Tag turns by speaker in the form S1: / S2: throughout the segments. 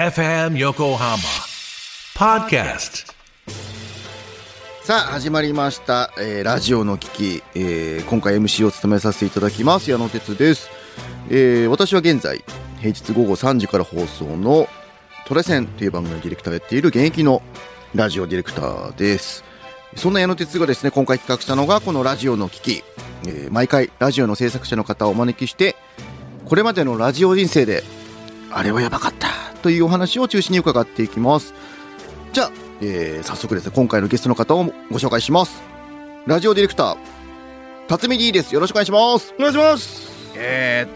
S1: FM Yokohama Podcast.
S2: さあ始まりました、えーラジオの危機、えー今回 MC を務めさせていただきます矢野哲です、えー私は現在平日午後3時から放送の「トレセン」という番組のディレクターをやっている現役のラジオディレクターですそんな矢野哲がですね今回企画したのがこの「ラジオの危機」えー毎回ラジオの制作者の方をお招きしてこれまでのラジオ人生であれはやばかったというお話を中心に伺っていきますじゃあ、えー早速ですね、今回のゲストの方をご紹介します。ラジオディレクター、辰巳 D です。よろしくお願いします。
S3: お願いします
S2: え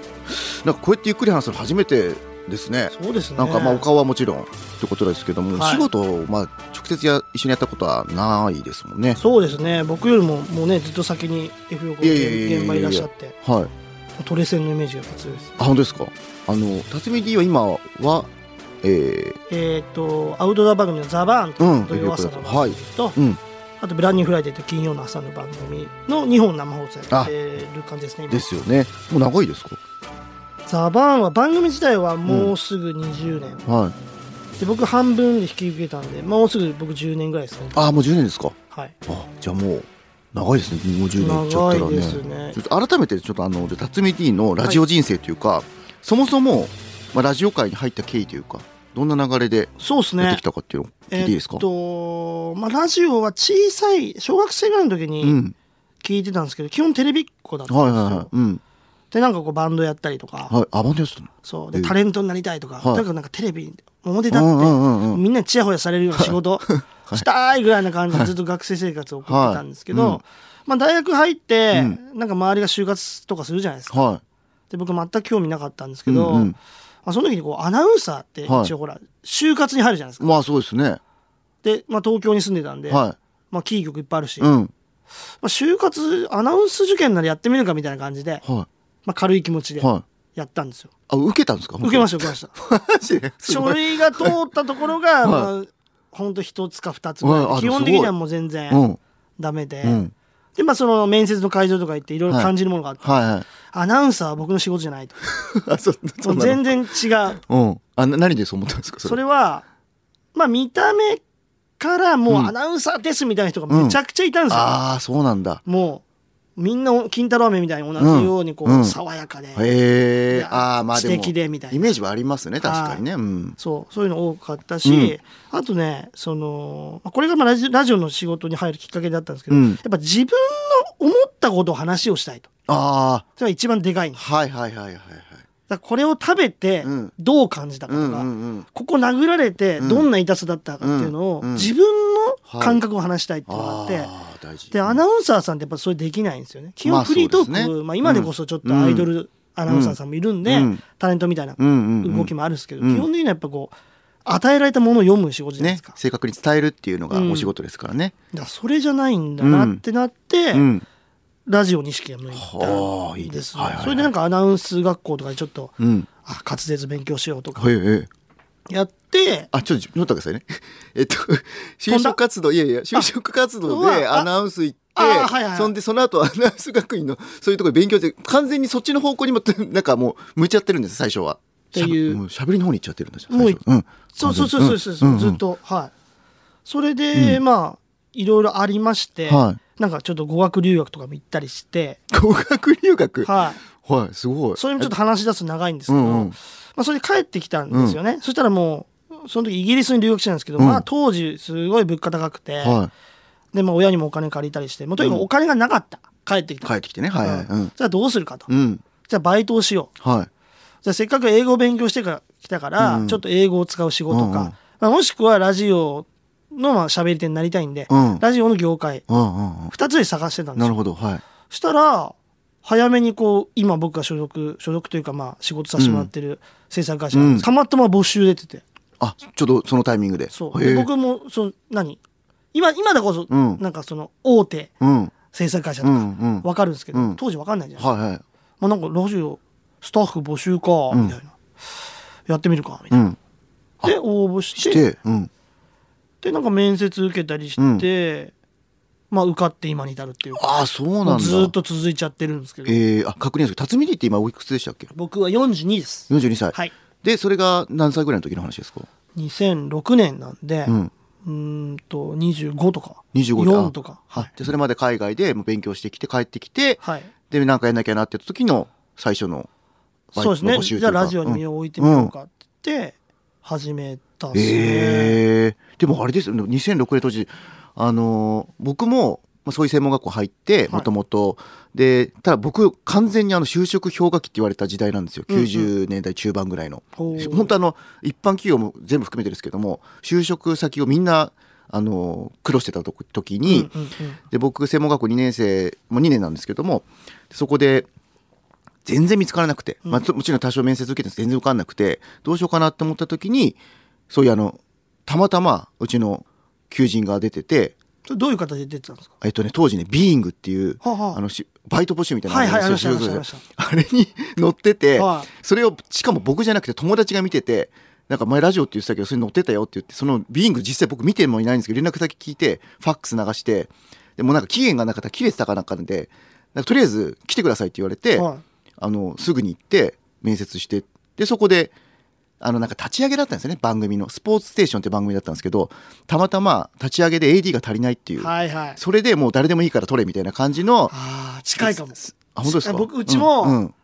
S2: ー、なんかこうやってゆっくり話すの初めてですね。
S3: そうですね
S2: なんかまあお顔はもちろんってことですけども、
S3: はい
S2: 仕事をまあ直接や一緒にやったことはないですもんね。
S3: そうですね僕よりももうねずっと先に F 横の
S2: いやいやいやいや
S3: 現場いらっしゃって
S2: はい。
S3: トレセンのイメージがやっぱ強いです
S2: あ、本当ですか。あの、辰巳 D は今は、え
S3: えっ、とアウトドア番組の「ザバーンと
S2: うん
S3: いう土曜朝の番組と、
S2: ー、うん、
S3: あと「ブランニューフライデー」という金曜の朝の番組の2本生放送やってる感じですね今
S2: ですよね。もう長いですか
S3: ザバーンは番組自体はもうすぐ20年、
S2: はい。
S3: で僕半分で引き受けたんでもうすぐ僕10年ぐらいですね
S2: あ、もう10年ですか
S3: はい
S2: あじゃあもう長いですねもう10年いっちゃったら
S3: 長い
S2: ね
S3: ですね
S2: ちょっと改めてちょっとあのじゃあ辰巳 D のラジオ人生というか、そもそも、まあ、ラジオ界に入った経緯というかどんな流れで
S3: そうですね
S2: やってきたかっていうのを聞いていいですか、
S3: えっと、まあ、ラジオは小さい、小学生ぐらいの時
S2: う
S3: に
S2: ん
S3: 聞いてたんですけど、基本テレビっ子だったんです
S2: はい
S3: よ。
S2: はいはいうん
S3: で、なんかこうバンドやったりとか、
S2: はいあバンドやってたの
S3: そう。
S2: え
S3: で、
S2: え
S3: タレントになりたいとか、
S2: はい
S3: だからなんかテレビ、表
S2: うんう
S3: 立
S2: んうん
S3: って、
S2: うん
S3: みんなにチヤホヤされるような 仕事したいぐらいな感じでずっと学生生活を送ってたんですけど、
S2: はいうん
S3: まあ、大学入って、
S2: うん
S3: なんか周りが就活とかするじゃないですか。
S2: は
S3: で、僕全く興味なかったんです
S2: い
S3: けど、
S2: うん
S3: まあ、その時にこうアナウンサーって、
S2: はい
S3: 一応ほら、就活に入るじゃない
S2: う
S3: ですか。
S2: ん、まあそうですね
S3: で、まあ、東京に住んでたんで、
S2: は
S3: まあ、キー局いっぱいあるし、
S2: いうん
S3: まあ、就活アナウンス受験ならやってみるかみたいな感じで、
S2: は
S3: まあ、軽い気持ち
S2: い
S3: で
S2: はい
S3: やったんですよ。
S2: あ受けたんですか
S3: 受けま
S2: し
S3: した受けま した。
S2: た
S3: 書類が通ったところが、
S2: は
S3: まあ、ほんと一つか二つぐらい
S2: はいあ
S3: 基本的にはもう全
S2: う
S3: 然
S2: ん
S3: ダメで、
S2: うん
S3: でまあその面接の会場とか行っていろいろ感じるものがあって、
S2: はいはい
S3: アナウンサーは僕の仕事じゃないと。
S2: あそそ
S3: も
S2: ん
S3: う
S2: なの
S3: 全然違う。
S2: うんあな何でそう思ったんですか
S3: それは、まあ見た目からもうアナウンサーですみたいな人がめちゃくちゃいたんですよ。
S2: ああそうなんだ
S3: もうみんな金太郎飴みたいに同じようにこう、
S2: うん
S3: 爽やかで、
S2: へ
S3: い
S2: え
S3: や
S2: ああまあでも
S3: 知的でみたいな
S2: イメージはありますね確かにねうん
S3: そうそういうの多かったし、あとねそのこれがまあラジラジオの仕事に入るきっかけだったんですけど、
S2: うん
S3: やっぱ自分の思ったことを話をしたいと
S2: あ
S3: それが一番でかいん
S2: あ
S3: だ
S2: はいはいはいはいはい
S3: からこれを食べて
S2: うん
S3: どう感じたか
S2: う
S3: と
S2: ん
S3: か、
S2: うんうん
S3: ここ殴られて
S2: うん
S3: どんな痛さだったかっていうのを、
S2: うんうん
S3: 自分の感覚を話したいっていうのがあ
S2: あ
S3: って。
S2: あ大事
S3: でアナウンサーさんってやっぱそれできないんですよね。基
S2: ま
S3: 本
S2: あ
S3: フリートーク、
S2: そうで
S3: ますあ
S2: ね
S3: 今でこそちょっとアイドルアナウンサーさんもいるんで、
S2: うん
S3: タレントみたいな
S2: うんうんうん
S3: 動きもあるんですけど、
S2: うん
S3: 基本的にはやっぱこう与えられたものを読む仕事じゃないで
S2: ね
S3: すか,、
S2: 正確に伝えるっていうのが
S3: うん
S2: お仕事ですからね
S3: だからそれじゃないんだなってなって、
S2: うん
S3: ラジオに意識が向い
S2: はあいい
S3: たん
S2: で
S3: ですす
S2: はいはいはい
S3: それでなんかアナウンス学校とかでちょっと、
S2: うん
S3: あ滑舌勉強しようとか
S2: はいはい
S3: やって
S2: あちょっと待ってくださいね えっ と就職活動いやいや就職活動
S3: あう
S2: で
S3: わあ
S2: アナウンス行って
S3: あはいはいはい
S2: そんでその後アナウンス学院のそういうところで勉強して完全にそっちの方向にも なんかもう向いちゃってるんです最初は
S3: ていう
S2: しゃも喋りの方に行っちゃってるんですよ
S3: もう
S2: 最初うん
S3: そうそうそうそうそう、
S2: うんうん
S3: ずっとはいそれで、まあいろいろありまして、
S2: は
S3: なんかちょっと語学留学とかも行ったりして、
S2: 語学留学
S3: はい、
S2: はい、すごい。
S3: それもちょっと話し出すと長いんですけど、
S2: うんうん
S3: まあ、それで帰ってきたんですよね、そしたらもうその時イギリスに留学してたんですけど、
S2: うん
S3: まあ当時すごい物価高くて、
S2: は
S3: でまあ親にもお金借りたりしてもうとにかくお金がなかった帰ってき
S2: い、
S3: た、
S2: 帰ってきてね、はい、はい、う
S3: うん
S2: ん、
S3: じゃあどうするかと、
S2: うん、
S3: じゃあバイトをしよう
S2: はい、
S3: じゃあせっかく英語を勉強してから来たから、
S2: うん
S3: ちょっと英語を使う仕事か、
S2: うんうん
S3: まあ、もしくはラジオのまあ喋り手になりたいんで、
S2: うん
S3: ラジオの業界
S2: うん、うん、う
S3: 2つで探してたん
S2: ん、
S3: で
S2: な
S3: すよ
S2: るほど、はい、
S3: したら早めにこう今僕が所属所属というかまあ仕事させてもらってる制作会社、
S2: うん
S3: たまたま募集出てて
S2: あ、ちょっとそのタイミングで、
S3: そう
S2: へ
S3: で
S2: え
S3: 僕もその何今今だこそ、
S2: うん
S3: なんかその大手
S2: うん、
S3: 制作会社と
S2: う
S3: か
S2: ん、うん、は
S3: 分かるんですけど、
S2: うん
S3: 当時分かんないじゃ
S2: い、
S3: ないですか、
S2: はい、
S3: まあ、なんかラジオスタッフ募集か
S2: うん
S3: みたいな、やってみるかみた
S2: う
S3: い
S2: ん、
S3: な、で応募して
S2: して、うん、
S3: でなんか面接受けたりして、まあ受かって今に至るっていうか
S2: あ、そうなんだ。
S3: ずーっ、と続いちゃってるんですけど
S2: えー、あ、確認ですけど、辰巳 D って今おいくつでしたっけ？
S3: 僕は42です
S2: 四十二歳、
S3: はい
S2: でそれが何歳ぐらいの時の話ですか
S3: 2006年なんで、
S2: う
S3: うんーんと25とか
S2: 25とか
S3: 4とかはい、
S2: でそれまで海外でもう勉強してきて帰ってきて、
S3: はい、
S2: でなんかやんなきゃなってた時の最初のバイ
S3: そう
S2: ト
S3: です
S2: の
S3: ね
S2: 募集
S3: じ
S2: とい
S3: ゃあ
S2: うか
S3: ラジオに身を置いてみようかって言って始めたっすね、
S2: ええでもあれですよね2006年当時あのー僕もまあそういう専門学校入って
S3: い
S2: もともとでただ僕完全にあの就職氷河期って言われた時代なんですよ、
S3: うんうん
S2: 90年代中盤ぐらいの
S3: ほう
S2: 本当あの一般企業も全部含めてですけども就職先をみんなあのー苦労してたと時に、
S3: うんうんうん
S2: で僕専門学校2年生もう2年なんですけどもそこで全然見つからなくて、まあ、ともちろん多少面接受けてるんですけど全然受かんなくてどうしようかなって思った時にそういうあのたまたまうちの求人が出てて、
S3: それどういう形で出てたんですか
S2: えっとね、当時ね「ビーイングっていう、
S3: はあはあ
S2: のしバイト募集みたいな
S3: はいはい
S2: あのそう
S3: ありまし
S2: そ
S3: た
S2: う
S3: ありま
S2: あ
S3: し
S2: れに乗ってて、
S3: はい
S2: それをしかも僕じゃなくて友達が見てて。なんか前ラジオって言ってたけどそれ乗ってたよって言ってそのビーイング実際僕見てもいないんですけど連絡先聞いてファックス流してでもなんか期限がなかったら切れてたかなんかでなんかとりあえず来てくださいって言われて、
S3: はい
S2: あのすぐに行って面接してでそこであのなんか立ち上げだったんですよね番組の「スポーツステーション」って番組だったんですけどたまたま立ち上げで AD が足りないっていう、
S3: はいはい
S2: それでもう誰でもいいから取れみたいな感じの
S3: あー近いかも
S2: あ本当ですか
S3: あ僕うちも
S2: うんうん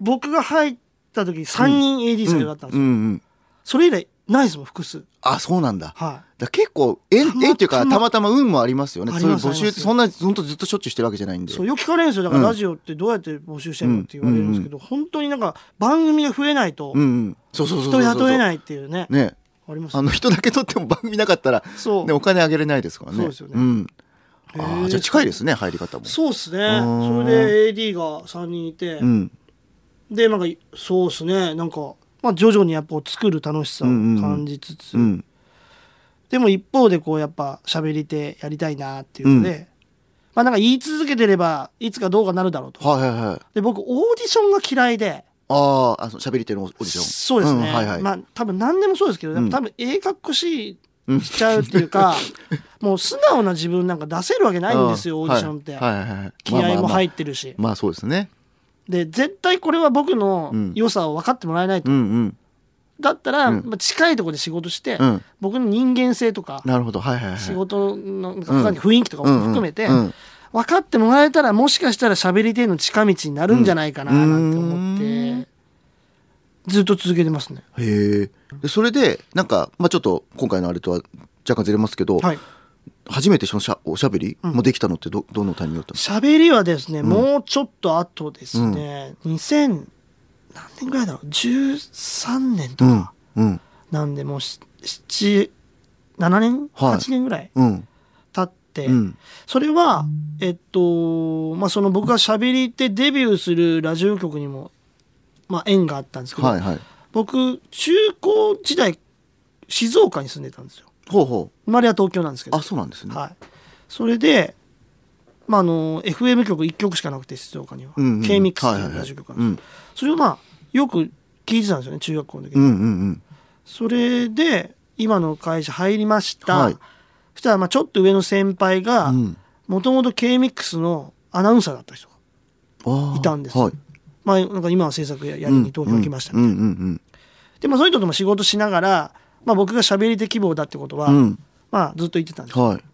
S3: 僕が入った時3人 AD 生だったんです
S2: う
S3: よ、
S2: んうん
S3: それ以来ないですもん複数
S2: あそうなんだ
S3: は
S2: だから結構縁
S3: たまたま
S2: 縁っていうかたまたま運もありますよね
S3: あり
S2: そういう
S3: ます
S2: 募集っ
S3: ありま
S2: て
S3: す
S2: そんな本当ずっとしょっちゅうしてるわけじゃないん
S3: い
S2: で
S3: そうよく聞かれるんですよだから
S2: うん
S3: ラジオってどうやって募集してるのって言われるんですけど、本当になんか番組が増えないと
S2: うんうんそうそうそうそ
S3: 人
S2: う
S3: 雇え
S2: い
S3: ないっていうね
S2: ね
S3: あります
S2: あの人だけ取っても番組なかったら
S3: そう
S2: ねお金あげれないですからね
S3: そうですよね
S2: んあ
S3: へ
S2: ー
S3: ー
S2: じゃあ近いですね入り方も
S3: そうっすね
S2: ー
S3: それで AD が3人いて、
S2: うん
S3: でなんかそうっすねなんか、まあ、徐々にやっぱ作る楽しさを感じつつ、
S2: うん
S3: でも一方でこうやっぱ喋り手やりたいなっていうので、まあなんか言い続けてればいつかどうかなるだろうと
S2: はいはいはい
S3: で僕オーディションが嫌いで
S2: あーあその喋り手のオーディション
S3: そうですね、
S2: んはいはい
S3: まあ多分何でもそうですけど、
S2: ん
S3: 多分ええかっこしいしちゃうっていうかもう素直な自分なんか出せるわけないんです よ
S2: う
S3: オーディションって、
S2: はいはいはいはい
S3: 気合も入
S2: っ
S3: ってるし、
S2: まあそうですね
S3: で絶対これは僕の
S2: うん
S3: 良さを分かってもらえないと、
S2: うんうん
S3: だったら、
S2: うん
S3: まあ、近いところで仕事して、
S2: うん
S3: 僕の人間性とか
S2: なるほどはいはいはい
S3: 仕事のなんか他に雰囲気とか
S2: うん
S3: も
S2: うん
S3: 含めて、
S2: うん
S3: 分かってもらえたらもしかしたら喋り手の近道になるんじゃないかななんて思って、
S2: うん
S3: ずっと続けてますね。
S2: へえでそれでなんか、まあ、ちょっと今回のあれとは若干ずれますけど、
S3: はい
S2: 初めてそのしゃおしゃべりもできたのってどどのタイミングだったんです
S3: 喋りはですね、もうちょっと後ですね、2000何年ぐらいだろう13年と
S2: か
S3: か、
S2: うんうん
S3: なんでもう77年、
S2: はい
S3: 8年ぐらい
S2: うん
S3: 経って、
S2: うん
S3: それはえっとまあその僕が喋り手デビューするラジオ局にも、まあ、縁があったんですけど、
S2: はいはい
S3: 僕中高時代静岡に住んでたんですよ
S2: ほうほう
S3: 生まれは東京なんですけど
S2: あそうなんですね、
S3: はい、それで、まあ、あの FM 局1局しかなくて静岡には、
S2: うんうん
S3: K ミックス
S2: はい
S3: って
S2: はい
S3: いう
S2: はい
S3: ラジオ局がある
S2: うんん
S3: ですそれをまあよく聞いてたんですよね中学校の時、
S2: うんうんうん
S3: それで今の会社入りました、
S2: はい
S3: そしたらまあちょっと上の先輩が
S2: うん
S3: もともと K ミックスのアナウンサーだった人が
S2: あー
S3: いたんですよ
S2: はい
S3: まあ、なんか今は制作ややりに東京来ました、
S2: うんうんうん
S3: でまあそういう人とも仕事しながら、まあ、僕が喋り手希望だってことは、
S2: うん
S3: まあずっと言ってたんですよ
S2: はい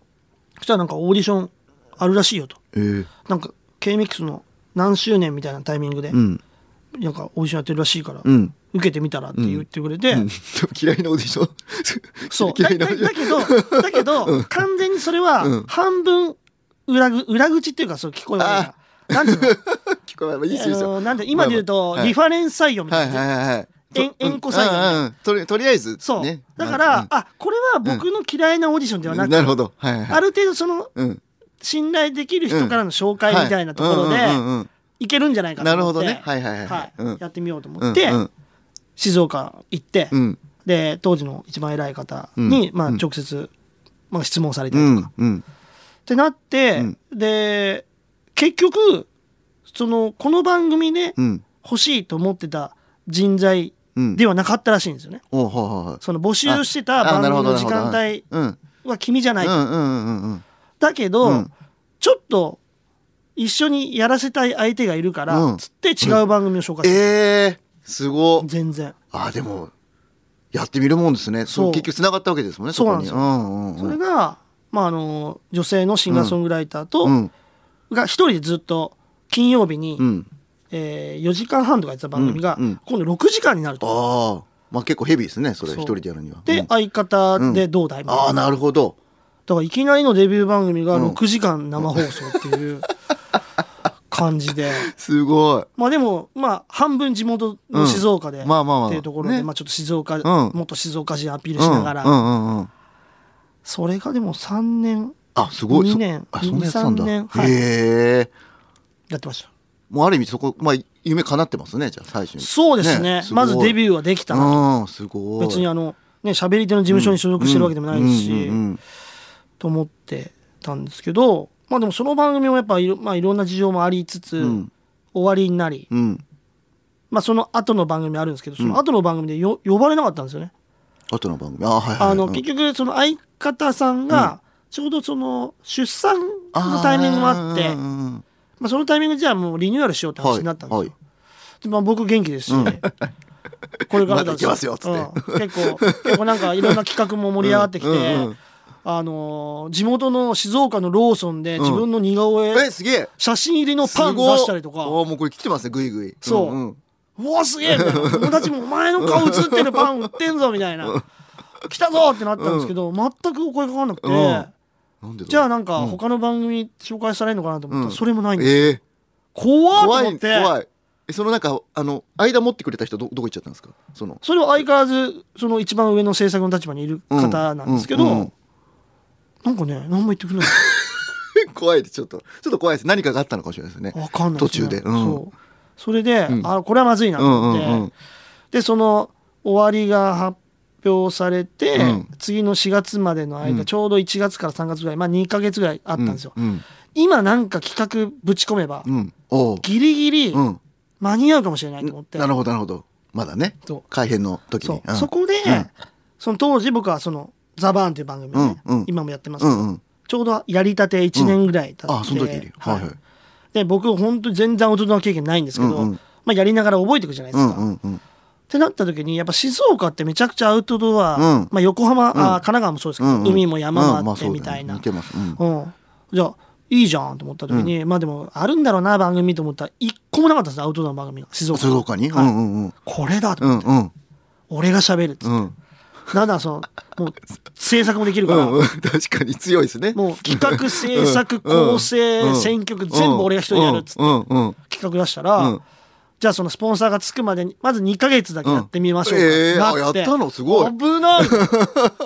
S3: そしたらなんかオーディションあるらしいよと
S2: えー、
S3: なんか K-MIX の何周年みたいなタイミングで、
S2: うん
S3: なんかオーディションやってるらしいから、
S2: うん
S3: 受けてみたらって言ってくれて、
S2: うん 嫌いなオーディション
S3: そうだ
S2: 嫌い
S3: だ
S2: なオ
S3: だ
S2: ーディシ
S3: けどだけど、完全にそれは半分裏ぐ裏口っていうかそう聞こえはなんていうの
S2: ョン聞こえ ないいいですよい
S3: あ
S2: いです
S3: の
S2: よ
S3: なんて今で言うと、リファレンス採用みた
S2: はいい
S3: な、
S2: はいはいはい
S3: えん
S2: と
S3: 縁故採用ね
S2: うんうんうんとりとりあえず、ね、
S3: そう、だから、
S2: うん
S3: あこれは僕の嫌いなオーディションではなく、
S2: なるほどはいはいはい
S3: ある程度その
S2: うん
S3: 信頼できる人からの紹介みたいなところで、
S2: はいうんうんうんうん
S3: いけるんじゃないかと思って
S2: なるほどねはいはいはいうん
S3: やってみようと思って、
S2: うん
S3: 静岡行って、
S2: うん
S3: で当時の一番偉い方に、
S2: うん
S3: まあ、
S2: うん
S3: 直接、まあ、質問された
S2: う
S3: りとか、
S2: ん
S3: っ
S2: うん
S3: てなって、
S2: うん
S3: で結局そのこの番組で
S2: うん
S3: 欲しいと思ってた人材
S2: うん
S3: ではなかったらしいんですよね。
S2: おうほうほうほう
S3: その募集してた番組の時間帯
S2: うんうん
S3: は君じゃない。
S2: うんうんうんうん
S3: だけど、
S2: うん
S3: ちょっと一緒にやらせたい相手がいるから、
S2: うん
S3: つって違う番組を紹介して、
S2: えーすごっ
S3: 全然。
S2: ああでもやってみるもんですねそう
S3: そう
S2: 結局つながったわけですもんね
S3: そうなん
S2: こ
S3: です
S2: に
S3: よ
S2: うんうん
S3: そ
S2: うん
S3: れが、まあ、あの女性のシンガーソングライターと、
S2: うん
S3: が一人でずっと金曜日に、
S2: うん
S3: えー4時間半とかやってた番組が、
S2: うんうん
S3: 今度6時間になると。
S2: ああまあ結構ヘビーですねそれ
S3: そう
S2: 一人でやるには
S3: で、
S2: うん
S3: 相方でどうだいみたいな
S2: ああなるほど
S3: だからいきなりのデビュー番組が
S2: うん
S3: 6時間生放送って いう感じで。
S2: すごい
S3: まあでも、まあ、半分地元の静岡で、
S2: うんまあまあまあ
S3: っていうところで、
S2: ね
S3: まあちょっと静岡、
S2: ん
S3: 元静岡人アピール
S2: う
S3: し
S2: ん
S3: ながら、
S2: うんうんうん
S3: それがでも3年
S2: あすごいそ
S3: 二年
S2: あそんなやつなんだ
S3: 二
S2: へ
S3: 三年はい
S2: え
S3: やってました。
S2: もうある意味そこまあ夢叶ってますねじゃあ最初に
S3: そうですね。まずデ
S2: ュー
S3: ビューはできたな。
S2: うんすごい
S3: 別にあの、ね、喋り手の事務所に所属してるわけでもないですし、
S2: うんうんうん
S3: と思ってたんですけど、まあでもその番組もやっぱいろ,、まあ、いろんな事情もありつつ、
S2: ん
S3: 終わりになり、
S2: うんうん
S3: まあその後の番組あるんですけど、その後の番組でよ呼ばれなかったんですよね。
S2: 後の番組あーはいはい
S3: あの、
S2: うん
S3: 結局その相方さんが、ちょうどその出産のタイミングもあって
S2: ーうんうんうん
S3: まあ、そのタイミングでじゃあもうリニューアルしようって話になったんですよ。
S2: はいはい
S3: でまあ、僕元気ですし、これからだ
S2: まだ行けますよっつって
S3: うん結構、結構なんかいろんな企画も盛り上がってきて、
S2: うんうん
S3: あのー地元の静岡のローソンで自分の似顔絵、
S2: えすげえ
S3: 写真入りのパン出したりとか、
S2: あ
S3: う
S2: もうこれ来てますねぐいぐい
S3: そうわすげえみたいな友達もお前の顔写ってるパン売ってんぞみた いな、来たぞってなったんですけど、全くお声かかんなくて、
S2: うんなんでだろう
S3: じゃあなんか他の番組紹介されるのかなと思ったら、
S2: うん
S3: それもないんですよ。
S2: ええ
S3: 怖ーと
S2: 怖
S3: 思っ
S2: い
S3: て。
S2: 怖いえそのなんかあの間持ってくれた人どどこ行っちゃったんですかその
S3: それは相変わらずその一番上の制作の立場にいる方なんですけど、
S2: うんうんうん
S3: なんかね何も言ってくれない
S2: 怖いですちょっとちょっと怖いです何かがあったのかもしれないですね
S3: わかんないす
S2: 途
S3: ね
S2: 中でうん
S3: そうそれで、
S2: うん
S3: あこれはまずいなと思って、
S2: うんうんうん
S3: でその終わりが発表されて、
S2: うん
S3: 次の4月までの間、
S2: うん
S3: ちょうど1月から3月ぐらいまあ2ヶ月ぐらいあったんですよ、
S2: うん
S3: 今なんか企画ぶち込めば、
S2: うん、うんおう
S3: ギリギリ
S2: うん
S3: 間に合うかもしれないと思って、
S2: なるほどなるほどまだね
S3: そう
S2: 改編の時に
S3: そうそこで、
S2: ん
S3: その当時僕はその「ザバーンっていう番組をね、
S2: うんうん
S3: 今もやってますけ
S2: う
S3: ど、
S2: んうん
S3: ちょうどやりたて1年ぐらい経って、
S2: あその時に
S3: はい
S2: はいはい
S3: で僕本当に全然大人の経験ないんですけど、
S2: うんうん
S3: まあ、やりながら覚えていくじゃないうです
S2: ん
S3: か。
S2: う
S3: っ
S2: んうん
S3: てなった時にやっぱ静岡ってめちゃくちゃアウトドア、
S2: うん
S3: まあ、横浜、あー神奈川もそうですけど、
S2: うんうん
S3: 海も山
S2: うん
S3: も
S2: ま
S3: あ
S2: あ
S3: っ
S2: そうだね
S3: てみたいな、
S2: 似てますうん
S3: うんじゃあいいじゃんと思った時に、まあでもあるんだろうな番組と思ったら一個もなかったんですアウトドアの番組が静岡
S2: 静岡にう
S3: はい
S2: んうんうん
S3: これだと、
S2: うんうん
S3: 俺が喋るっつって、
S2: うん
S3: なんだそのもう制作もできる
S2: う
S3: から、
S2: んうん確かに強いですね
S3: もう企画制作
S2: うん
S3: 構成、
S2: うん
S3: 選曲全部俺が一人でやるっつって
S2: うんうんうん
S3: 企画出したら、
S2: うん
S3: じゃあそのスポンサーがつくまでにまず2ヶ月だけやってみましょうか、
S2: うんええ
S3: な
S2: あやったのすごい
S3: 危ない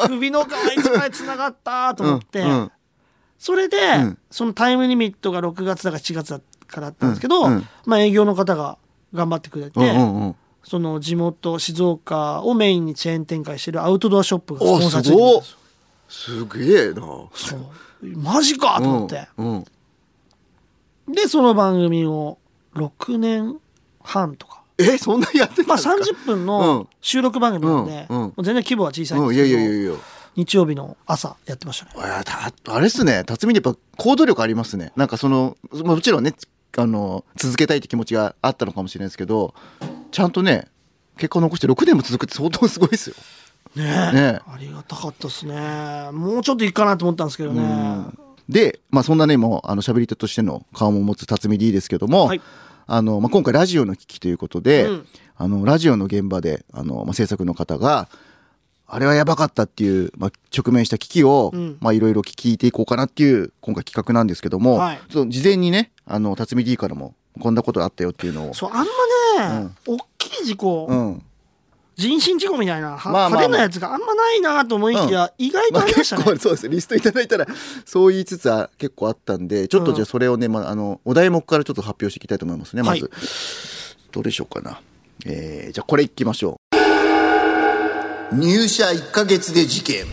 S3: 首の皮一枚つながったと思って、
S2: うんうん
S3: それで、
S2: ん
S3: そのタイムリミットが6月だか7月だかだったんですけど、
S2: うんうん
S3: まあ営業の方が頑張ってくれて、
S2: うんうんうん
S3: その地元静岡をメインにチェーン展開してるアウトドアショップがスポンサー
S2: あ
S3: つい
S2: す
S3: てるん
S2: ご
S3: で
S2: っ
S3: すよ
S2: すげえな
S3: そうマジかと思って。
S2: うんうん
S3: でその番組を6年半とか
S2: えそんなやってたん
S3: まあ
S2: ですか
S3: 30分の収録番組なんで、
S2: うんうん
S3: もう全然規模は小さいん
S2: う
S3: で
S2: ん
S3: す
S2: い
S3: け
S2: や
S3: ど、
S2: いやいやいや
S3: 日曜日の朝やってましたね
S2: いやたあれっすね辰巳にやっぱ行動力ありますねなんかそのもちろんねあの続けたいって気持ちがあったのかもしれないですけどちゃんとね結果を残して6年も続くって相当すごいですよ
S3: ねえ
S2: ね
S3: ありがたかったですねもうちょっといいかなと思ったんですけどね
S2: で、まあ、そんなねもうあの喋り手としての顔も持つ辰巳 D ですけども、
S3: はい
S2: あのまあ、今回ラジオの危機ということで、
S3: うん
S2: あのラジオの現場であの、まあ、制作の方があれはやばかったっていう、まあ、直面した危機を、
S3: うん
S2: まあいろいろ聞いていこうかなっていう今回企画なんですけども、
S3: はい
S2: ちょっと事前にねあの辰巳 D からもこんなことあったよっていうのを。
S3: そうあんまね、大きい事故、
S2: うん、
S3: 人身事故みたいな、は
S2: まあまあまあ
S3: 派手なやつがあんまないなと思いきや、意外と
S2: まあ
S3: ありました
S2: 結
S3: ね、
S2: 構そうですリストいただいたらそう言いつつは結構あったんでちょっとじゃあそれをね、まあ、あのお題目からちょっと発表していきたいと思いますねまず、
S3: はい
S2: どうでしょうかな、えーじゃあこれいきましょう入社1か月で事件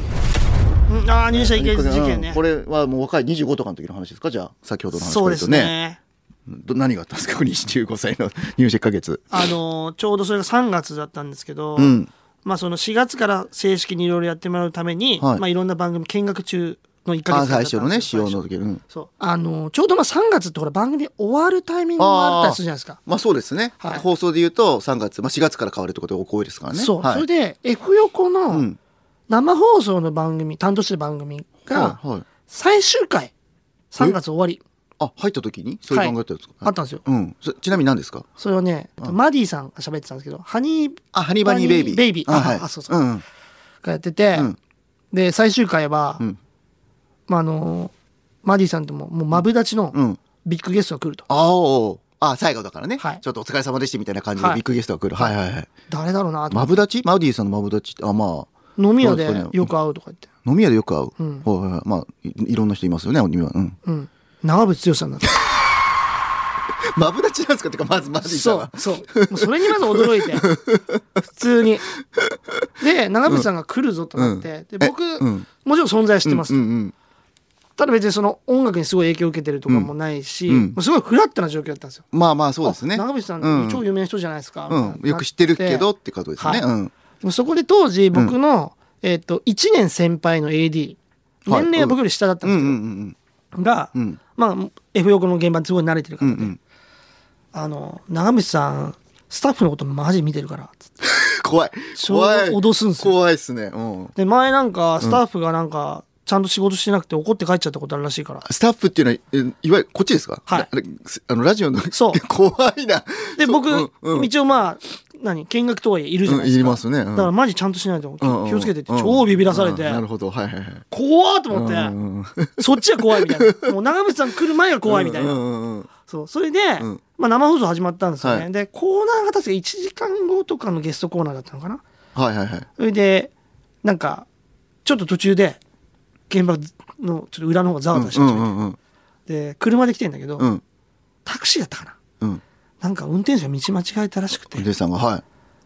S3: うんああ入社いけず事件ね、
S2: うんこれはもう若い25とかの時の話ですかじゃあ先ほどの話
S3: そうですね
S2: ど何があったんですかここに25歳の 入社1か月
S3: あのーちょうどそれが3月だったんですけど、
S2: うん
S3: まあ、その4月から正式にいろいろやってもらうために、
S2: はい
S3: まあ、いろんな番組見学中の1か
S2: あ
S3: 月間
S2: 最
S3: だった
S2: 初
S3: ん
S2: の
S3: で
S2: ね
S3: す
S2: 使
S3: よ
S2: 用の時うん
S3: そうあのちょうどまあ3月ってほら番組終わるタイミングもあったりするじゃないですか、
S2: まあそうですね、
S3: はい
S2: 放送で言うと3月、まあ、4月から変わるってことが多いですからね
S3: そう、
S2: はい、
S3: それで F 横
S2: う
S3: の
S2: ん
S3: 生放送の番組担当してる番組が
S2: はいはい
S3: 最終回3月終わり
S2: あ入った時にそういう番組だったんですか、
S3: あったんですよ
S2: うんそちなみに何ですか
S3: それはねマディさんが喋ってたんですけどハニー
S2: あハニーバニーベイビー
S3: ベイビー
S2: あはい
S3: ああそうそうん
S2: ん
S3: がやってて、
S2: うん
S3: で最終回は、
S2: ん
S3: まああのマディさんとももうマブダチの
S2: うん
S3: ビッグゲストが来ると、
S2: あおあ最後だからね、
S3: はい
S2: ちょっとお疲れ様でしたみたいな感じで
S3: はい
S2: ビッグゲストが来る、はい、はいはい
S3: 誰だろうなと
S2: マブダチマウディさんのマブダチってあまあ
S3: 飲み屋で
S2: どうですかね
S3: よく会うとか言って、
S2: 飲み屋でよく会う、
S3: ん
S2: はいはいはいまあいいろんな人いますよねお庭 うん
S3: うん、長渕剛さんだった
S2: マブダチなんですかってかまずマディさん
S3: そ
S2: は
S3: うそうもうそれにまず 驚いて普通にで長渕さんが来るぞとなって、で僕、
S2: うん
S3: もちろん存在してます、
S2: うんうん
S3: ただ別にその音楽にすごい影響を受けてるとかもないし、
S2: うん
S3: もうすごいフラットな状況だったんですよ
S2: まあまあそうですね
S3: あ長渕さん、
S2: うん
S3: 超有名な人じゃないですか、みたいな
S2: うん、よく知ってるけど
S3: な
S2: っ
S3: で
S2: てことですね、
S3: はい
S2: うん
S3: もそこで当時僕の、えっと1年先輩の AD
S2: はい
S3: 年齢は僕より下だったん
S2: う
S3: で
S2: んう
S3: すけど、
S2: んうん
S3: が、
S2: ん
S3: まあ F 横の現場にすごい慣れてる
S2: う
S3: 方
S2: ん
S3: で、
S2: うん
S3: あの長渕さんスタッフのことマジ見てるからっつって
S2: 怖い
S3: ちょうど
S2: 怖い
S3: 脅すんですよ
S2: 怖いですね、うん、
S3: で前なんかスタッフがなんかちゃんと仕事してなくて怒って帰っちゃったことあるらしいから、
S2: スタッフっていうのはえいわゆるこっちですか
S3: はい
S2: あれあのラジオの
S3: そう
S2: 怖いな
S3: で僕、
S2: そううんうん
S3: 一応まあ何見学とはいえいるじゃないですか、
S2: うんいますねうん
S3: だからマジちゃんとしないと気
S2: うんうん
S3: 気をつけてって超ビビらされて、
S2: うんなるほどはいはいはい
S3: 怖ーと思って、
S2: うんうん
S3: そっちは怖いみたいなもう長渕さん来る前が怖いみたいな、
S2: うんうんうん
S3: そうそれで、
S2: ん
S3: まあ、生放送始まったんですよね、
S2: はい
S3: でコーナーが確か1時間後とかのゲストコーナーだったのかな
S2: はいはいはい
S3: それでなんかちょっと途中で現場のちょっと裏の方がざわざわし
S2: う
S3: て、
S2: んうんうん
S3: で車で来てんだけど、
S2: うん
S3: タクシーだったかな
S2: うん
S3: なんか運転手が道間違えたらしくて
S2: ヒデさんがはい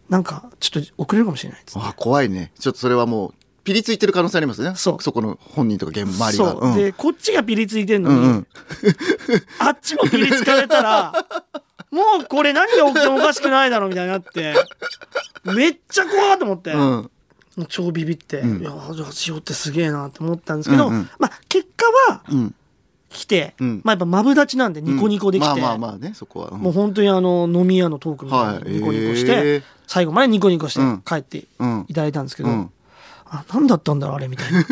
S3: なんかちょっと遅れるかもしれないっつって
S2: あ怖いねちょっとそれはもうピリついてる可能性ありますね
S3: そう
S2: そこの本人とか現場周りが
S3: そう、
S2: うん
S3: でこっちがピリついてんの
S2: う
S3: に、
S2: んうん
S3: あっちもピリつかれたらもうこれ何が起きてもおかしくないだろうみたいになってめっちゃ怖いと思って、
S2: うん
S3: もう超ビビって、
S2: うん
S3: いやラジオってすげえなって思ったんですけど、
S2: うんうん
S3: まあ結果は
S2: うん
S3: 来て、
S2: うん
S3: まあやっぱマブダチなんでニコニコできて、
S2: まあまあまあねそこはうん
S3: もう本当にあの飲み屋のトークみたい
S2: はい
S3: にニコニコして、
S2: へえ
S3: 最後までニコニコして
S2: うん
S3: 帰って
S2: うん
S3: いただいたんですけど、
S2: うん
S3: あ何だったんだろうあれみ たいな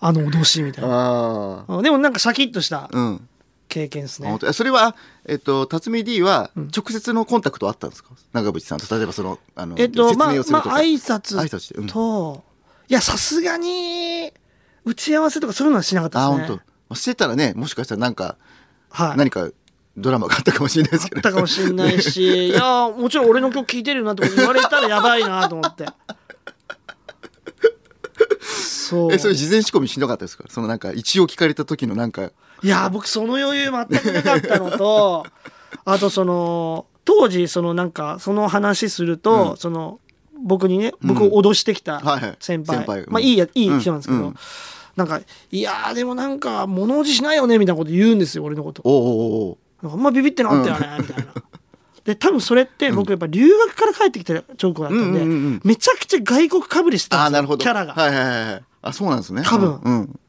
S3: あの脅しみたいな
S2: あ
S3: あでもなんかシャキッとした
S2: あうん
S3: 経験ですね
S2: 本、当えそれは、えっと、辰巳 D は直接のコンタクトはあったんですか、長渕さんと例えばそのあの、
S3: えっと
S2: 説
S3: まあまあ
S2: 明をするとか、
S3: 挨拶
S2: 挨拶してうん
S3: と、いやさすがに打ち合わせとかそういうのはしなかっ
S2: あ
S3: たですね
S2: 本当してたらねもしかしたらなんか、
S3: はい
S2: 何かドラマがあったかもしれないです
S3: あ
S2: け
S3: った
S2: ど
S3: かもしれないし、いやー、もちろん俺の曲聴いてるよなとか言われたらやばいなと思って。そう。
S2: えそれ事前仕込みしなかったですかそのなんか一応聞かれた時のなんか
S3: いやー、僕その余裕全くなかったの と、あとその、当時、そのなんか、その話すると、その、僕にね、僕を脅してきた
S2: はいはい
S3: 先輩。
S2: 先輩うん
S3: まあ、いいや、いい人なんですけど、
S2: うんうん
S3: なんか、いやー、でもなんか、物おじしないよね、みたいなこと言うんですよ、俺のこと。
S2: おうおうおう
S3: なんかあんまビビってなかったよね、みたいな。で、多分それって僕やっぱ留学から帰ってきた直後だった
S2: う
S3: んで、
S2: んうんうんうん
S3: めちゃくちゃ外国かぶりして
S2: あ
S3: た
S2: あ
S3: ん
S2: な
S3: です
S2: るほ
S3: よ、キ
S2: ど
S3: ャラが。
S2: はいはいはいはいあそうなんですね
S3: 多
S2: う
S3: 分
S2: ん、 うん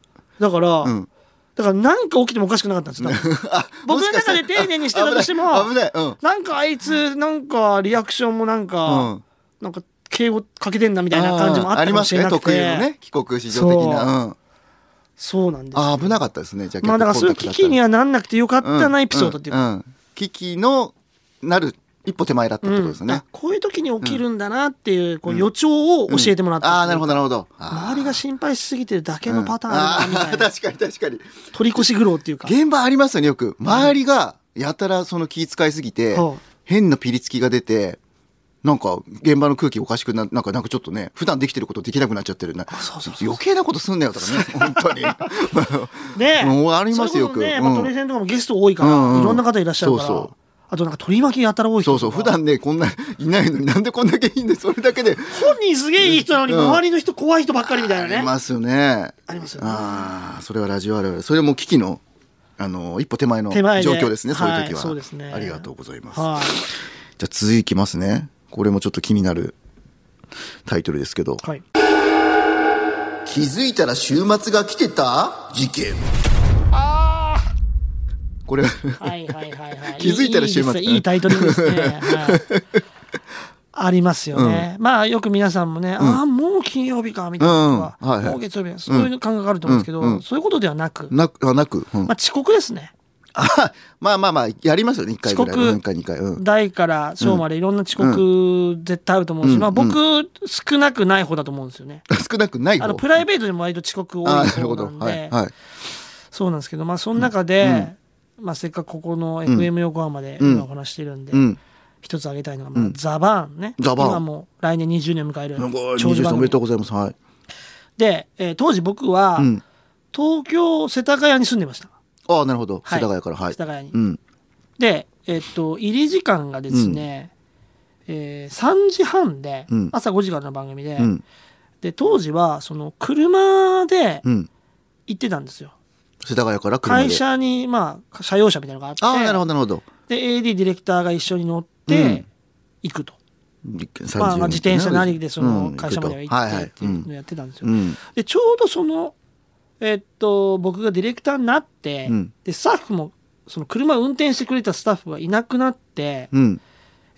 S3: だから、
S2: ん
S3: だからなんか起きてもおかしくなかったんです、多分
S2: あも
S3: 僕の
S2: しかした
S3: 中
S2: ら
S3: で丁寧にしてたとしても
S2: あ、 危ない危ないうん
S3: なんかあいつ、なんかリアクションもなんか、
S2: うん
S3: なんか敬語かけてんなみたいな感じもあったかもしれなくて。
S2: あーありますね特有のね帰国市場的なうん
S3: そうなんですよ。
S2: あー危なかったですねじゃあ
S3: まあだからそういう危機に
S2: あっ
S3: はなんなくてよかったなエピソードっていうか。
S2: 危機のなる一歩手前だったってことです
S3: うん
S2: ね
S3: あ、こういう時に起きるんだなっていうこう予兆を教えてもらった、
S2: ああーなるほどなるほど
S3: 周りが心配しすぎてるだけのパターン
S2: あ
S3: だな
S2: ー
S3: みたいな、
S2: 確かに確かに
S3: 取り越し苦労っていうか
S2: 現場ありますよねよく周りがやたらその気遣いすぎて
S3: はい
S2: 変なピリつきが出てなんか現場の空気おかしくななんかなんかちょっとね普段できてることできなくなっちゃってるな
S3: そうそう
S2: 余計なことすんなよとかね 本当に
S3: ね
S2: もうありますよ
S3: それこそね、
S2: よく
S3: まあ、
S2: うん
S3: トレセンとかもゲスト多いから、
S2: うんうん
S3: いろんな方いらっしゃるから
S2: そうそう
S3: あとなんか取り巻きやたら多い人
S2: そう
S3: と
S2: そう普
S3: か
S2: 段ねこんないないのになんでこんだけいいんでそれだけで
S3: 本人すげえいい人なのに、
S2: うん
S3: 周りの人怖い人ばっかりみたいな
S2: あり
S3: ね
S2: ますよね
S3: ありますよね
S2: ああそれはラジオあるあるそれも危機のあの一歩手前の状
S3: 手前で
S2: 況ですねそういう時は、
S3: はいそうですね
S2: ありがとうございます、
S3: はい
S2: じゃあ続いきますねこれもちょっと気になるタイトルですけど、
S3: はい
S2: 気づいたら週末が来てた事件これは
S3: はいはいはいはい。
S2: 気づいたら週末
S3: いいですねいいタイトルですね。はい ありますよね、まあよく皆さんもね、ああもう金曜日かみたいなと
S2: うん
S3: か、
S2: はいはい
S3: もう月曜日かそういう感覚があると思うんですけど、
S2: うんうん
S3: そういうことではなく、
S2: なくあなく、うん
S3: まあ、遅刻ですね
S2: あまあまあまあやりますよね1回ぐらい
S3: 遅刻
S2: 1回2回うん
S3: 大から小までいろんな遅刻絶対あると思うし、
S2: うん
S3: まあ、
S2: うん
S3: 僕少なくない方だと思うんですよね。
S2: 少なくない
S3: あ
S2: 方
S3: のプライベートでも割と遅刻多い
S2: あーなる
S3: 方
S2: ほ
S3: な
S2: ど
S3: んで、
S2: はいはい
S3: そうなんですけど、まあ、その中で、まあ、せっかくここの FM 横浜で
S2: うん
S3: 今お話してるんで、
S2: うん
S3: 一つ挙げたいのが、まあ、ザバーンね。
S2: ザバーン
S3: 今もう来年20年迎える
S2: なんか20
S3: 長寿
S2: さん
S3: 番
S2: おめでとうご
S3: 組。
S2: ざいますはい
S3: で、えー当時僕は、
S2: うん
S3: 東京世田谷に住んでました。
S2: ああなるほど
S3: は
S2: 世
S3: い
S2: 田谷からはい
S3: 世田谷に
S2: うん
S3: で、えっと、入り時間がですね、えー3時半で、
S2: うん
S3: 朝5時からの番組で、
S2: うん
S3: で、当時は、その、車で
S2: うん
S3: 行ってたんですよ。
S2: 世田谷から車で
S3: 会社に、まあ、車用車みたいなのがあって、
S2: ああなるほどなるほど
S3: で、AD ディレクターが一緒に乗っ
S2: う
S3: て
S2: ん、
S3: 行くと。
S2: 30
S3: まあ、まあ自転車なりで、その、
S2: うん
S3: 会社までは行
S2: はい
S3: っ
S2: は
S3: てっ
S2: い
S3: て
S2: う
S3: いうのを
S2: ん
S3: やってたんですよ
S2: う。ん
S3: でちょうどそのえっと僕がディレクターになって、
S2: うん
S3: でスタッフもその車を運転してくれたスタッフがいなくなって、
S2: うん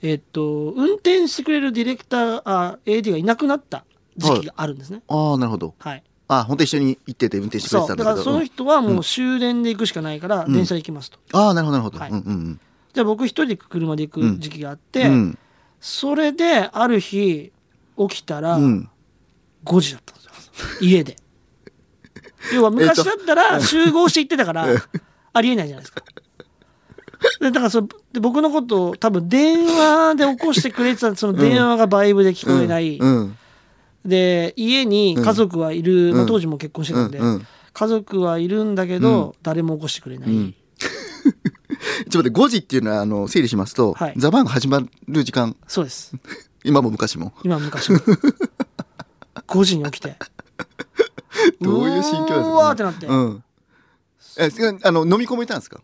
S3: えっと運転してくれるディレクターあ AD がいなくなった時期があるんですね。
S2: ああなるほど
S3: はい
S2: ああ本当一緒に行ってて運転してくれ
S3: そ
S2: てた
S3: う
S2: ん
S3: だ
S2: だ
S3: か
S2: け
S3: ら
S2: ど
S3: その
S2: うん
S3: 人はもう終電で行くしかないから電車で行きますと、
S2: ああなるほどなるほど
S3: はい
S2: うんうん
S3: じゃあ僕一人で車で行く時期があって、
S2: うんうん
S3: それである日起きたら、
S2: うん
S3: 5時だったんですよ 家で要は昔だったら集合して行って たからありえないじゃないですかでだからそで僕のことを多分電話で起こしてくれてたその電話がバイブで聞こえない、
S2: うん
S3: で家に家族はいる、
S2: ん
S3: まあ、当時もう結婚してたんで、
S2: うんうん
S3: 家族はいるんだけど、誰も起こしてくれない、
S2: ちょっと待って5時っていうのはあの整理しますと
S3: はい
S2: ザバンが始まる時間
S3: そうです
S2: 今も昔も
S3: 今昔も5時に起きて
S2: どういう心境ですか
S3: うわーってなって、
S2: うん。え、すあの、飲み込めたんですか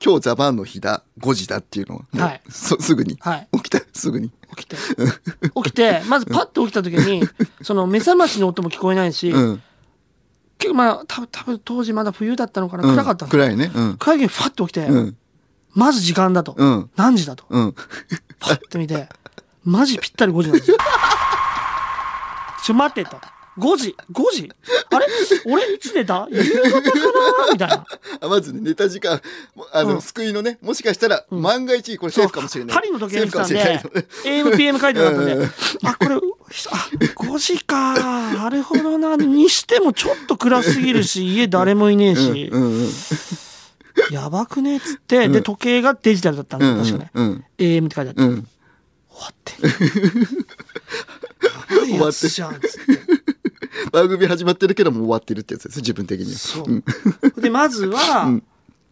S2: 今日ザバーンの日だ、5時だっていうのは。
S3: はい
S2: そすぐに。
S3: はい
S2: 起きた、すぐに。
S3: 起きて起きてまずパッと起きた時にその目覚ましの音も聞こえないし、
S2: うん。
S3: 結構まあ多分多分当時まだ冬だったのかな、
S2: うん
S3: 暗かったんです
S2: 暗いね。うん。
S3: 暗い時にファッと起きて、
S2: うん。
S3: まず時間だと、
S2: うん
S3: 何時だと
S2: うん。
S3: パッて見てマジぴったり5時なんですよちょ待てと5時5時あれ俺いつ寝た夕方かなみたいな
S2: あまずね、寝た時間、もあの、
S3: うん
S2: 救いのね、もしかしたら、万が一、これセーフかもしれない。
S3: 針の時
S2: セー
S3: 計見
S2: フ
S3: て
S2: か
S3: た
S2: も
S3: ん
S2: し
S3: で
S2: れない。
S3: AMPM 書いてなかったんであこれあ5時かなるほどなにしてもちょっと暗すぎるし家誰もいねえ し、
S2: うんうん。
S3: やばくねっつって、で時計がデジタルだったんで
S2: うんうん
S3: 確かね、
S2: うん
S3: AM って書いてあって、
S2: うん。
S3: 終わってんやばいやつじゃんっつって
S2: 番組始まってるけど、もう終わってるってやつです、自分的には。
S3: そうでまず は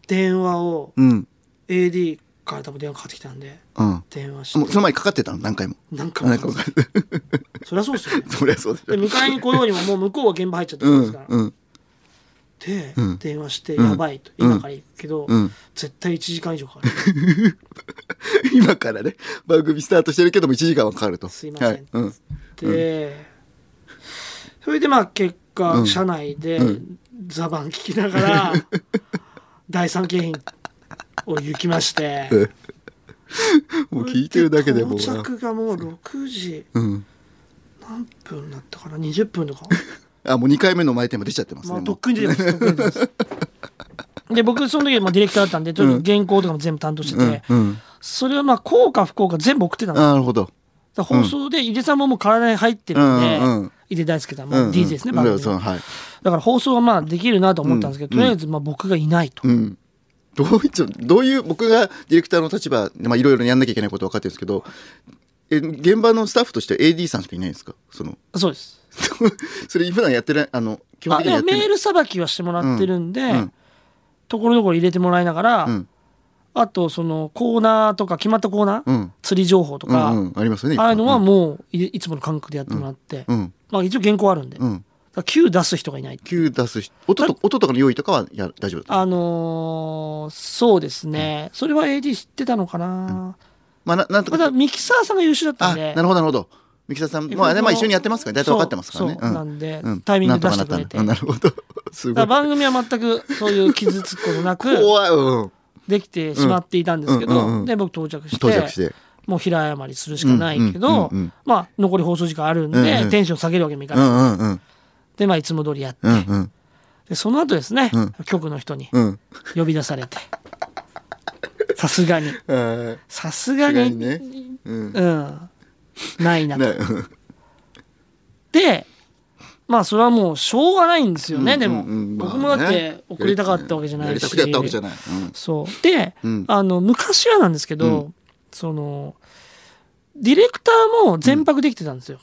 S3: 電話を
S2: うん。
S3: AD から多分電話かかってきたんで
S2: うん。も
S3: 電話し
S2: う、
S3: て
S2: その前にかかってたの何回も。
S3: なんか
S2: 何回も かかってた。
S3: そりゃそうですよね
S2: そりゃそうでし
S3: で
S2: ょ。
S3: 迎えに来ようにももう向こうは現場入っちゃって
S2: う
S3: るんで
S2: ん
S3: すから、。
S2: うん。
S3: で、
S2: うん
S3: 電話して「
S2: ん
S3: やばい」と「今から行くけど、
S2: うん
S3: 絶対1時間以上かかる
S2: 今からね、番組スタートしてるけども1時間はかかると。
S3: すいません
S2: はいうん。」
S3: で、それでまあ結果、
S2: うん
S3: 車内でザバン聞きな がら、第三景品を行きまして、
S2: もう聞いてるだけでもう
S3: 到
S2: な。
S3: 着がもう6時
S2: うん。
S3: 何分だったかな20分 とか、
S2: あ、もう2回目の前テーマ出ちゃってます
S3: ま
S2: ね。
S3: あ、
S2: もう
S3: とっくに出てますとっくに出て ますで僕その時まあディレクターだったんでちょっと原稿とかも全部担当してて、
S2: うん。うん。
S3: それはまあ効か不効か全部送ってたんですよ
S2: あなるほど。
S3: だから放送で井出さんももう体に入ってるんで、
S2: うんうん
S3: 井出大輔さんも
S2: うん
S3: DJ ですね、
S2: うん
S3: 番組
S2: うんそうはい。
S3: だから放送はまあできるなと思ったんですけど、とりあえずまあ僕がいないと、
S2: うん。どういちょどういう、僕がディレクターの立場で、まあ、いろいろやんなきゃいけないこと分かってるんですけど、え、現場のスタッフとして AD さんしかいないんですかその、
S3: そうです
S2: それ普段やってない、あの、基本
S3: あ
S2: 的にはや
S3: で
S2: って
S3: メ
S2: な
S3: ー
S2: い。
S3: ルさばきはしてもらってるんで、
S2: うん
S3: ところどころ入れてもらいながら、
S2: うん
S3: あとそのコーナーとか決まったコーナー、
S2: うん
S3: 釣り情報と
S2: う
S3: か、
S2: んうん。ありますよね。
S3: ああいうのはもういいつもの感覚でやってもらって、
S2: うん。
S3: まあ、一応原稿あるんで、
S2: う
S3: だか
S2: ん。
S3: ら Q 出す人がいない
S2: 9出す人、音と、音とかの用意とかはや大丈夫だった。
S3: あのーそうですね、それは AD 知ってたのかな、
S2: まあ、ななんと
S3: ま
S2: か
S3: あ。だからミキサーさんが優秀だった
S2: あ、
S3: んで
S2: なるほど、なるほど。ミキサーさん、まあね、まあ一緒にやってますから、大体分かってますからね。
S3: そうそうなんでタイミング
S2: なんとか
S3: 出してくれて
S2: なったなるほど。 す
S3: だ
S2: ご
S3: か
S2: い
S3: ら。番組は全くそういう傷つくことなく
S2: 怖い、うん。
S3: できてしまっていたんですけど、
S2: うんうんうん
S3: で僕到着して
S2: 到着して。
S3: もう平謝りするしかないけど、
S2: うんうんうんうん
S3: まあ残り放送時間あるんで、
S2: うんうん
S3: テンション下げるわけにもいか
S2: う
S3: ない、
S2: んうんうん。
S3: でまあいつも通りやって、
S2: うんうん。
S3: でその後ですね、
S2: うん
S3: 局の人に
S2: うん。
S3: 呼び出されてさすがに
S2: あー
S3: さすが
S2: 確か
S3: に
S2: にね。うん。
S3: うんないなと。
S2: ね
S3: でまあそれはもうしょうがないんですよね、でも、
S2: うんうんまあね
S3: 僕もだって送りたかったわけじゃな
S2: や
S3: い
S2: り
S3: した
S2: くてやったわけじゃない。うん
S3: そうで、
S2: うん
S3: あの昔はなんですけど、
S2: う
S3: そのディレクターも全泊できてたんですよ、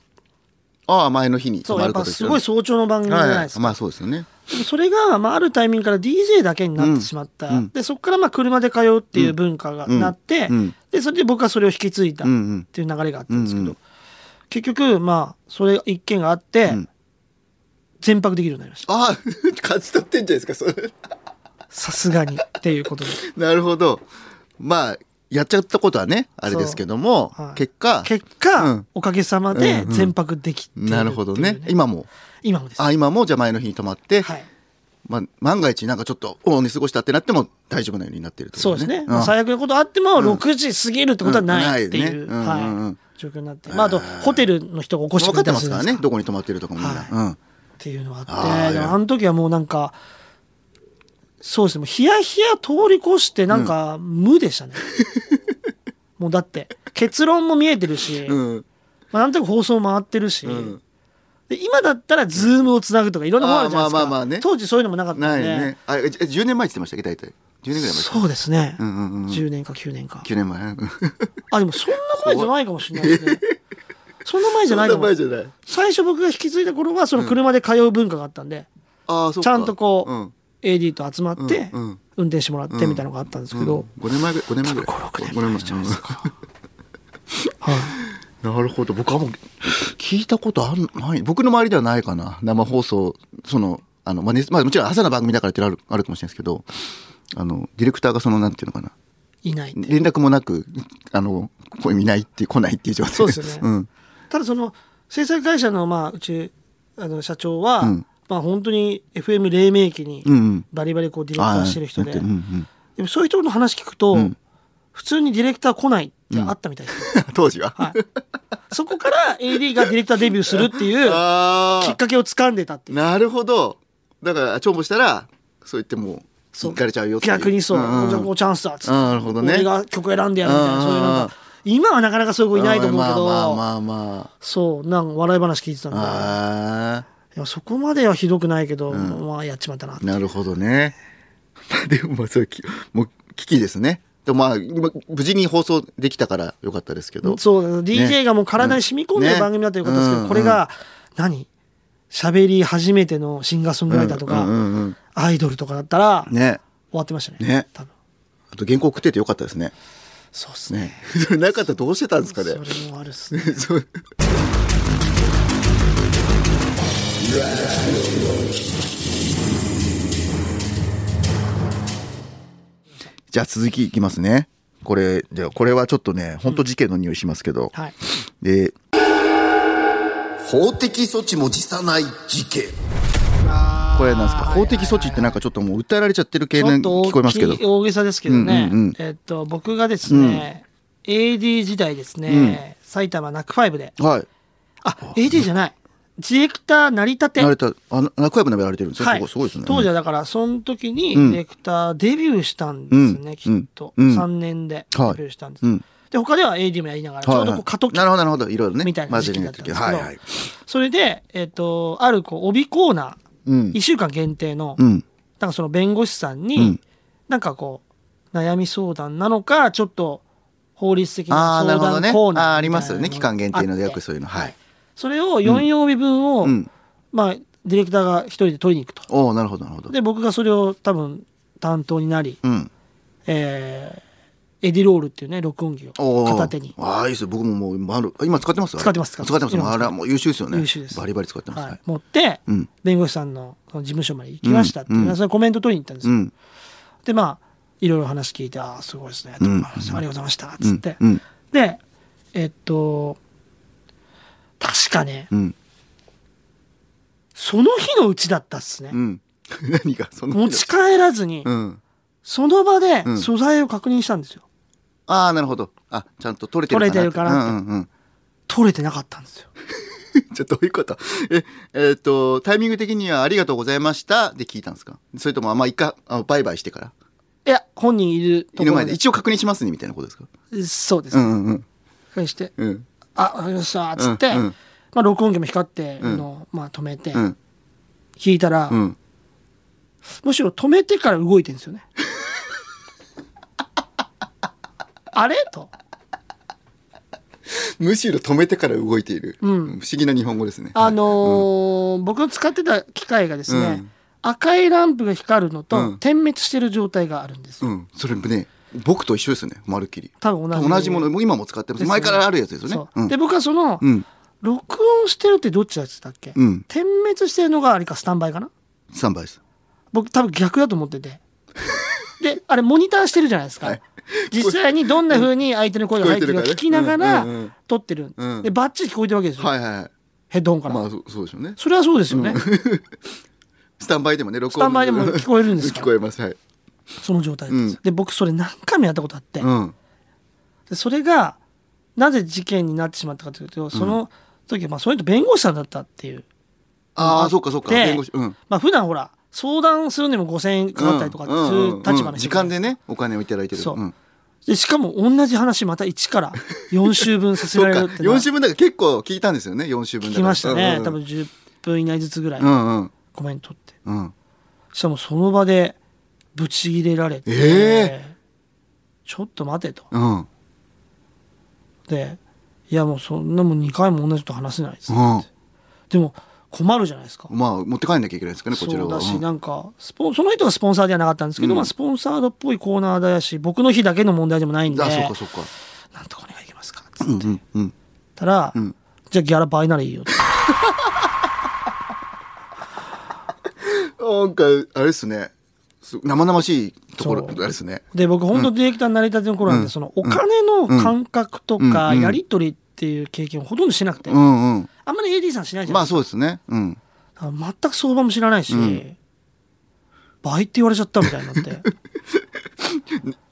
S2: ああ、前の日に泊
S3: そう
S2: ま
S3: やっ
S2: るこ
S3: ぱ
S2: とですす
S3: ご
S2: よね。
S3: い早朝の番組じゃないですか、
S2: まあそうですよね。
S3: でもそれが、まあ、あるタイミングから DJ だけになってしまった、
S2: うん
S3: でそこからまあ車で通うっていう文化が、
S2: うん
S3: なって、
S2: うん
S3: でそれで僕はそれを引き継いだ
S2: う
S3: っ
S2: んうん。
S3: ていう流れがあったんですけど、
S2: うんうん
S3: 結局まあそれ一件があって、
S2: ん
S3: 全泊できるようになりました
S2: ああ、 勝ち取ってんじゃないですか、それ。
S3: さすがにってい うことで
S2: なるほど。まあ、やっちゃったことはね、あれですけども
S3: そうは、い
S2: 結果、
S3: 結果、
S2: うん
S3: おかげさま
S2: う
S3: で
S2: んうん
S3: 全泊できているっていう、
S2: なるほどね。今も。
S3: 今もです
S2: あ、今もじゃあ前の日に泊まって、
S3: はい、
S2: まあ、万が一なんかちょっと、お寝過ごしたってなっても大丈夫なようになってるって
S3: そ
S2: こ
S3: うで
S2: と
S3: すね、
S2: ん
S3: まあ最悪のことあっても6時過ぎるってことはないっていう、
S2: うんないねうんうんうん
S3: はい、状況になって、まあ、あとホテルの人が起こして
S2: 分
S3: く
S2: かっ
S3: れた
S2: てますす
S3: りる
S2: か
S3: ん
S2: ら
S3: です
S2: ね、どこに泊まってるとかもみんな。
S3: はい
S2: うん。
S3: っていうのがあって
S2: あー
S3: でも
S2: いや
S3: あの時はもうなんかそうですねもうヒヤヒヤ通り越してなんか無でしたね、 もうだって結論も見えてるし、
S2: うん。
S3: まあ、なんとなく放送回ってるし、
S2: ん
S3: で今だったらズームをつなぐとかいろんな方あるじゃないですか、
S2: あーまあまあまあね
S3: 当時そういうのもなかったん
S2: ない
S3: で
S2: ね。あ、ええ10年前って言ってましたっけ、大体。10年ぐらい前。
S3: そうですね、
S2: うんうんうんうん。
S3: 10年か9年か
S2: 9年前。
S3: あでもそんな前じゃないかもしれないで すねそんな前じゃないか
S2: そん
S3: も
S2: 前じゃない。
S3: 最初僕が引き継いだ頃はその車で通う文化があったんで、
S2: ああ、そうか
S3: ちゃんとこう、
S2: うん
S3: AD と集まって、
S2: うんうん
S3: 運転してもらってみたいなのがあったんですけど、
S2: 5年前ぐらい5年前ぐらい
S3: 多分5 6年前
S2: 5
S3: じゃないです
S2: か
S3: はい
S2: なるほど僕はもう聞いたことあんない僕の周りではないかな生放送そのあの、まあねまあ、もちろん朝の番組だからっていうのはあるあるかもしれないですけどあのディレクターがそのなんていうのかない
S3: ないって
S2: 連絡もなくあのこれ見ないって来ないっていう状態
S3: そうですよね
S2: うん、
S3: ただその制作会社のまあうちあの社長は、
S2: うん
S3: まあ本当に FM 黎明期に
S2: うんうん
S3: バリバリこうディレクタ
S2: あ
S3: ー
S2: あ
S3: してる人で、
S2: なんてうんうん、
S3: でもそういう人の話聞くと、
S2: ん
S3: 普通にディレクター来ないってあったみたいです、
S2: 当時は、
S3: はい、そこから AD がディレクターデビューするっ ていう
S2: あ
S3: き
S2: あ
S3: っかけを掴んでたっていう
S2: なるほどだから重宝したらそう言ってもう行かれちゃうよっていう
S3: 逆にそう、
S2: んん
S3: じゃあもうチャンスだっつって、
S2: あーなるほどね
S3: 俺が曲選んでやるみたい
S2: あ
S3: な
S2: ー
S3: そういうなんか今はなかなかそういう子いないと思うけど、
S2: まあまあまあまあ
S3: そうなんか笑い話聞いてたんで
S2: あ
S3: いやそこまではひどくないけど、まあやっちまったなって
S2: あなるほどね でもまあそれきもう危機ですねでもまあ今無事に放送できたからよかったですけど
S3: そう、DJ がもう体に染み込んで
S2: ね
S3: る番組だということですけど、
S2: ね
S3: これが、何喋り初めてのシンガーソングライターとか、
S2: うんうんうんうん
S3: アイドルとかだったら、終
S2: ね
S3: わってましたね。
S2: ね
S3: 多分
S2: あと原稿送っててよかったですね
S3: そうっすね。
S2: ね それなかったらどうしてたんですか
S3: そ
S2: ね
S3: れもあるっ すね。
S2: そうじゃあ続きいきますねこれじゃあこれはちょっとね本当事件の匂いしますけど、
S3: はい。
S2: で法的措置も辞さない事件これなんですか法的措置ってなんかちょっともう訴えられちゃってる系
S3: ち
S2: な
S3: ょっと
S2: 聞こえますけど
S3: 大きい大げさですけどね、
S2: うんうんうん
S3: えっと、僕がですね、AD 時代ですね、埼玉ナックファイブで、
S2: はい
S3: あ、AD じゃない。ディレクター成り立て。
S2: 慣れたあの中山のやられてるんですよ、
S3: は
S2: すご
S3: い、
S2: いすごいですね
S3: 当時はだからその時に
S2: うん
S3: ディレクターデビューしたんですね、
S2: うん
S3: きっと、
S2: うん
S3: 3年でデビ
S2: はい
S3: ューしたんです、
S2: うん
S3: で他では AD もやりながらち
S2: はい
S3: ょ
S2: は
S3: う
S2: い
S3: どこう過渡期、
S2: なるほどなるほどいろいろね
S3: みたいな時期だったんですけど
S2: 混ぜてはいはい
S3: それで、えっとあるこう帯コーナ
S2: う
S3: ー
S2: ん
S3: 1週間限定の、
S2: うん
S3: なんかその弁護士さんに、
S2: うん
S3: なんかこう悩み相談なのかちょっと法律的
S2: あ
S3: な
S2: ーなる
S3: 相
S2: ほどね
S3: 談コーナーみたいなの
S2: あーありますよね期間限定の約そういうのはい
S3: それを4曜日分を、
S2: うん
S3: まあ、ディレクターが一人で取りに行くと
S2: おおなるほどなるほど
S3: で僕がそれを多分担当になり、
S2: うん
S3: えーエディロールっていうね録音機を
S2: おー
S3: 片手に
S2: ああいいですよ僕ももう今あるあ今使ってます
S3: 使ってます
S2: 使
S3: 使
S2: っ
S3: ってて
S2: ま使っ
S3: ますす
S2: てますあれはもう優秀ですよね
S3: 優秀です
S2: バリバリ使ってます
S3: は
S2: はいい、
S3: 持って、
S2: うん
S3: 弁護士さんのその事務所まで行きましたって、
S2: うんうん
S3: それコメント取りに行ったんです
S2: う
S3: よ、
S2: ん
S3: でまあいろいろ話聞いて「ああすごいですね」とか、ありがとうございました」っつって、
S2: うん
S3: でえっと確かね、
S2: うん。
S3: その日のうちだったっすね
S2: う。ん。何がその
S3: 持ち帰らずに、
S2: うん。
S3: その場で
S2: うん
S3: 素材を確認したんですよ。
S2: ああ、なるほど。あ、ちゃんと取れてるかな。
S3: 取れてるかなって
S2: うんうん うん。
S3: 取れてなかったんですよ。
S2: じゃあどういうこと え、えーっと、タイミング的にはありがとうございましたで聞いたんですかそれとも、あまあ、一回、あバイバイしてから。
S3: いや、本人いると
S2: 家
S3: こ
S2: の
S3: ろ
S2: 前
S3: で
S2: で。一応確認しますね、みたいなことですか
S3: そうです。
S2: う
S3: 確
S2: んうん
S3: 認して、
S2: うん。うん。
S3: あ、わかりました、つって、
S2: うんうん
S3: まあ、録音機も光ってるのを、まあ、止めて、
S2: うん。
S3: 聞いたら、
S2: うん。
S3: むしろ止めてから動いてるんです よね。あれと。
S2: むしろ止めてから動いている。
S3: うん
S2: 不思議な日本語ですね。
S3: あのー僕の使ってた機械がですね、
S2: うん
S3: 赤いランプが光るのと、
S2: うん
S3: 点滅してる状態があるんです
S2: う
S3: よ。
S2: ん。それね、僕と一緒ですね、まるっきり。
S3: 多分同じ。
S2: もの、もう今も使ってます。前からあるやつですよね
S3: そ。う
S2: うん
S3: で、僕はその、
S2: うん。
S3: 録音してるってどっちだったっけ、
S2: うん
S3: 点滅してるのがあれかスタンバイかな
S2: スタンバイです。
S3: 僕多分逆だと思っ てて。で、あれモニターしてるじゃないですか。
S2: はい
S3: 実際にどんな風に相手の声が入ってるか
S2: 聞こえ
S3: 聞
S2: て
S3: き
S2: るから
S3: な
S2: ね
S3: がら
S2: うんうんうん
S3: 撮ってる。
S2: うん
S3: で、バッチリ聞こえてるわけですよ。
S2: はいはいはい。
S3: ヘッドホンから。
S2: まあ、そそうでしょうね。
S3: それはそうですよね。
S2: スタンバイでもね、録音
S3: スタンバイでも聞こえるんですか
S2: 聞こえます。はい。
S3: その状態です。
S2: うん
S3: で、僕それ何回もやったことあって。
S2: うん。
S3: でそれが、なぜ事件になってしまったかというと、その時、まあ、その人弁護士さんだったっていう。
S2: ああ、そうかそうか。
S3: で
S2: 弁護士。うん。
S3: まあ、普段ほら、相談するにも5000円かかったりとかって
S2: ん
S3: い
S2: ん
S3: うん立場の人
S2: 時間でね、お金をいただいてる。
S3: そうんで、しかも同じ話また1から4週分させ
S2: そ
S3: ら
S2: う
S3: れ
S2: か
S3: るってのは
S2: 4週分だから結構聞いたんですよね4週分だ
S3: 聞
S2: か
S3: き
S2: ら
S3: ましたね。
S2: うん
S3: 多分10分以内ずつぐらい
S2: うんうん
S3: コメントって。
S2: うん
S3: しかもその場でぶち切れられて、
S2: え
S3: ちょっと待てと。
S2: うん
S3: で、いやもうそんなもん2回も同じこと話せないです。
S2: うん
S3: でも困るじゃないですか。
S2: まあ持って帰んなきゃいけないですかねこちら
S3: そう
S2: は
S3: だし、
S2: うん
S3: なんかスポン、その人がスポンサーではなかったんですけど、まあ、スポンサードっぽいコーナーだし、僕の日だけの問題でもないんで、
S2: あそうかそうか
S3: なんとかお願いできますかっつって
S2: うんうんうん
S3: たら、じゃあギャラ倍ならいいよって。
S2: なんかあれですねす生々しいところあ
S3: そう
S2: れですね
S3: で僕本当ディレクターになりたての頃なんで、そのお金の感覚とかやり取りっていう経験をほとんどしなくて、
S2: うんうん
S3: あんまり AD さんしないじゃ
S2: ま
S3: ない
S2: あ
S3: です
S2: そうですねうん
S3: か、だから全く相場も知らないし、倍って言われちゃったみたいになって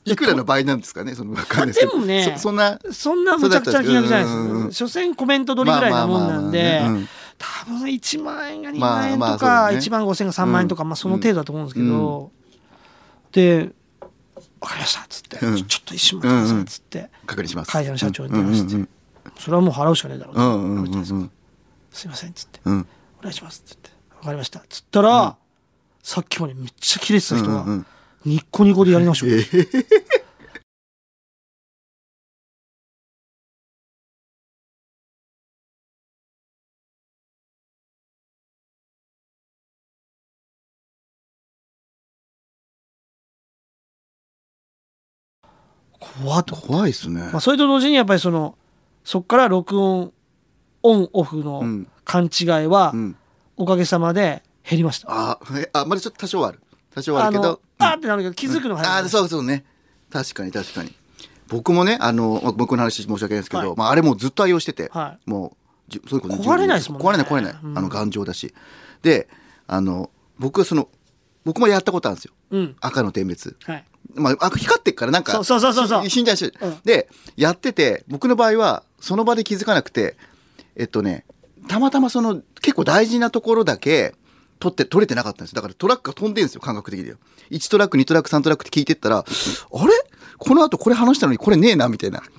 S2: いくらの倍なんですかねそのわかんないけど
S3: でもね
S2: そそんな
S3: そんなむちゃくちゃな金額じゃないで
S2: そうだったんですけど
S3: す
S2: うんうんうん
S3: 所詮コメント取りぐらいなもんなんで、
S2: まあまあまあまあね
S3: 多分1万円が2万円とか、
S2: まあまあそうですね
S3: 1万5千円が3万円とか、まあ、その程度だと思うんですけど、で「分かりました」っつって、
S2: うん
S3: ちょ「ちょっと一瞬待ってください」っつって。
S2: 確認します
S3: 会社の社長に電話して、
S2: うん
S3: それはもう払うしかねえだろう
S2: う
S3: と、
S2: んうんうんうんうん
S3: すいませんっつって、
S2: うん
S3: お願いしますっつって「分かりました」っつったら、さっきまでめっちゃキレてた人が、
S2: うんうん
S3: ニッコニコでやり直しを、怖っと、
S2: 怖いですね
S3: まあ、それと同時にやっぱりそのそっから録音オンオフ
S2: う
S3: の
S2: ん
S3: 勘違いは、
S2: うん
S3: おかげさまで減りました。
S2: あえあまだちょっと多少はある多少はあ
S3: あ
S2: るけど
S3: の、あーってなるけど気づくのが
S2: あ
S3: 早
S2: あ
S3: い。
S2: そうそうね確かに確かに僕もねあのまあ僕の話申し訳ないですけど、
S3: はい
S2: まあ、あれもうずっと愛用してて、
S3: は
S2: もうじそれこそ
S3: 壊れないですもんね
S2: 壊れない壊れない、
S3: うん
S2: あの頑丈だしであの僕はその僕もやったことあるんですよ
S3: うん。
S2: 赤の点滅
S3: はい。
S2: まあ赤光ってっからなんか
S3: そうそうそうそうそう
S2: し死んじゃうし、
S3: うん
S2: でやってて僕の場合はその場で気づかなくてえっとねたまたまその結構大事なところだけ取って取れてなかったんですだからトラックが飛んでるんですよ感覚的には1トラック2トラック3トラックって聞いてったらあれこの後これ話したのにこれねえなみたいな だか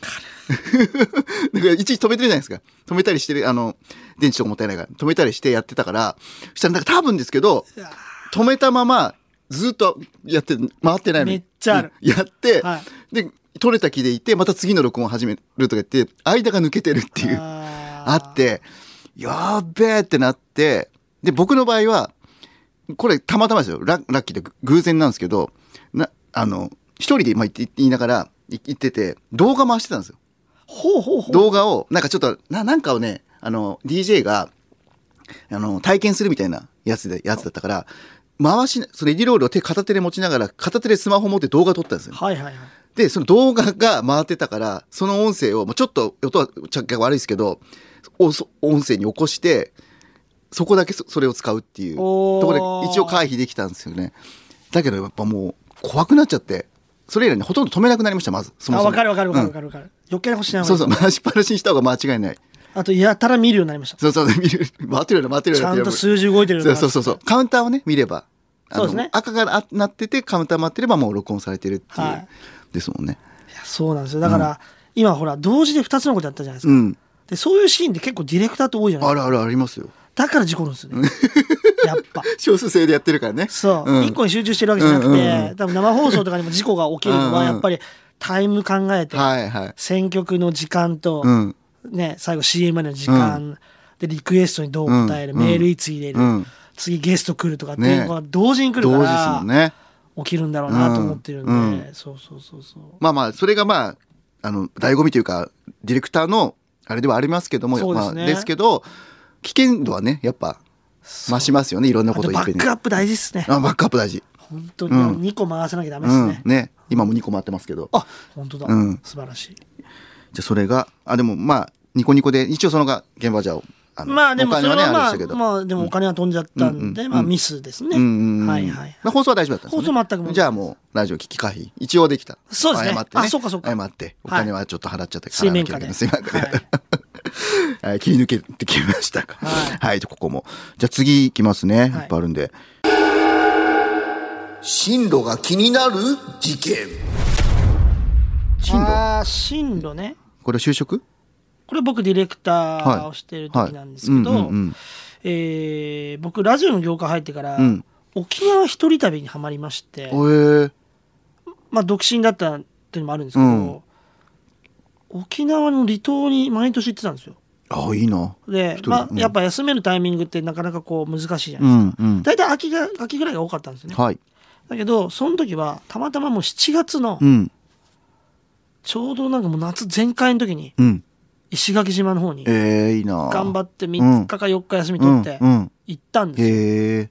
S2: らいちいち止めてるじゃないですか止めたりしてるあの電池とかもったいないから止めたりしてやってたからそしたらなんか多分ですけど止めたままずっとやって回ってないのに
S3: めっちゃある
S2: うんやって、
S3: は
S2: で取れた気でいてまた次の録音を始めるとか言って間が抜けてるっていう
S3: あー
S2: あってやっべえってなってで僕の場合はこれたまたまですよララッキーでぐ偶然なんですけどなあの一人で今言って言いながらい言ってて動画回してたんですよ
S3: ほうほうほう。
S2: 動画をなんかちょっとななんかをねあの DJ があの体験するみたいなやつでやつだったから回しなそのエディロールを手片手で持ちながら片手でスマホ持って動画撮ったんですよ
S3: はいはいはい。
S2: で、その動画が回ってたから、その音声を、もうちょっと音は若干悪いですけど、をそ音声に起こして、そこだけそそれを使うっていうと
S3: おー
S2: ころで一応回避できたんですよね。だけどやっぱもう怖くなっちゃって、それ以来ね、ほとんど止めなくなりました、まず。そも
S3: あ、
S2: そも
S3: わかるわかるわか
S2: う
S3: るわ
S2: ん
S3: かるわかる。余計なことしない方
S2: そ
S3: が
S2: う
S3: いい
S2: そう、回しっぱなしにした方が間違いない。
S3: あと、やたら見るようになりました。
S2: そうそう、見る、待ってるよな、待ってるよ
S3: ち
S2: な
S3: ゃ
S2: って
S3: んと数字動いてるよ
S2: そう
S3: な
S2: そうそうそう。カウンターをね、見れば。あの
S3: そうですね
S2: 赤があなってて、カウンター待ってればもう録音されてるっていう。
S3: はい
S2: ですもんね。
S3: いやそうなんですよ。だから、今ほら、同時で2つのことやったじゃないです
S2: う
S3: か。
S2: ん。
S3: で、そういうシーンって結構ディレクターって多いじゃない
S2: あ
S3: ですか。
S2: るあるありますよ。
S3: だから事故るんですよね。やっぱ。
S2: 少数制でやってるからね。
S3: そう、
S2: ん
S3: 一個に集中してるわけじゃなくて、
S2: うんうんう
S3: 多分生放送とかにも事故が起きるの
S2: うんう
S3: は
S2: ん
S3: やっぱりタイム考えて、
S2: はいはい。
S3: 選曲の時間と、
S2: うん。
S3: ね、最後 CM までの時間、でリクエストにどう答える、
S2: うん
S3: メールいつ入れる、
S2: うん
S3: 次ゲスト来るとかっていうのが同時に来るか
S2: 同時です
S3: ら、
S2: もんね。
S3: 起きるんだろうなと思ってるんで、
S2: うんう
S3: そうそうそうそう。
S2: まあまあ、それがまあ、あの、醍醐味というか、ディレクターの、あれではありますけども、
S3: そうですね
S2: まあ、ですけど、危険度はね、やっぱ、増しますよね。いろんな
S3: あ
S2: こと
S3: と
S2: いっ
S3: バ
S2: ぺん
S3: ッ
S2: に
S3: クアップ大事ですね。
S2: あ、バックアップ大事。
S3: 本当に、
S2: うん
S3: 2個回さなきゃダメで
S2: う
S3: す
S2: ん
S3: ね。。
S2: ね。今も2個回ってますけど。
S3: あ本当だ、
S2: うん
S3: 素晴らしい。
S2: じゃあそれが、あ、でもまあ、ニコニコで、一応そのが、現場じゃあ、あの
S3: まあでも
S2: お
S3: それ
S2: 金
S3: は
S2: ねあれで
S3: ま
S2: し
S3: あ、
S2: たけど。
S3: まあでもお金は飛んじゃったんで、
S2: うんうん
S3: まあミスですね。
S2: うんうんうん
S3: はいはい。
S2: まあ放送は大丈夫だったんですね
S3: 放送全く問題
S2: じゃあもうラジオ聞き回避一応できた
S3: そうですね
S2: 謝ってね
S3: あそうかそうか
S2: 謝ってお
S3: はい
S2: 金はちょっと払っちゃった
S3: 水面下
S2: 払わ
S3: で。
S2: なきゃいけない水面下で
S3: はい
S2: はい切り抜けてきましたか
S3: は
S2: はい、じゃあここもじゃあ次いきますねいっぱいあるんで、進路が気になる事件進路
S3: あー進路ね。
S2: これは就職
S3: これ僕ディレクターをしてる時なんですけ
S2: はいはい
S3: ど
S2: うんうんうん、
S3: えー僕ラジオの業界入ってから
S2: うん、
S3: 沖縄一人旅にはまりまして、
S2: おえー、
S3: まあ独身だったっていうのもあるんですけど、沖縄の離島に毎年行ってたんですよ。
S2: あいいな一
S3: で、
S2: 人
S3: ま
S2: う
S3: あ
S2: ん
S3: やっぱ休めるタイミングってなかなかこう難しいじゃ
S2: う
S3: ないですか。
S2: んうん
S3: 大体秋が秋ぐらいが多かったんですよね。
S2: はい
S3: だけどその時はたまたまもう7月の
S2: うん
S3: ちょうどなんかもう夏全開の時に
S2: うん
S3: 石垣島の方に
S2: えー、いいな
S3: 頑張
S2: っ
S3: って3日か4日休み取って
S2: うんうん
S3: 行ったんですよ。
S2: へ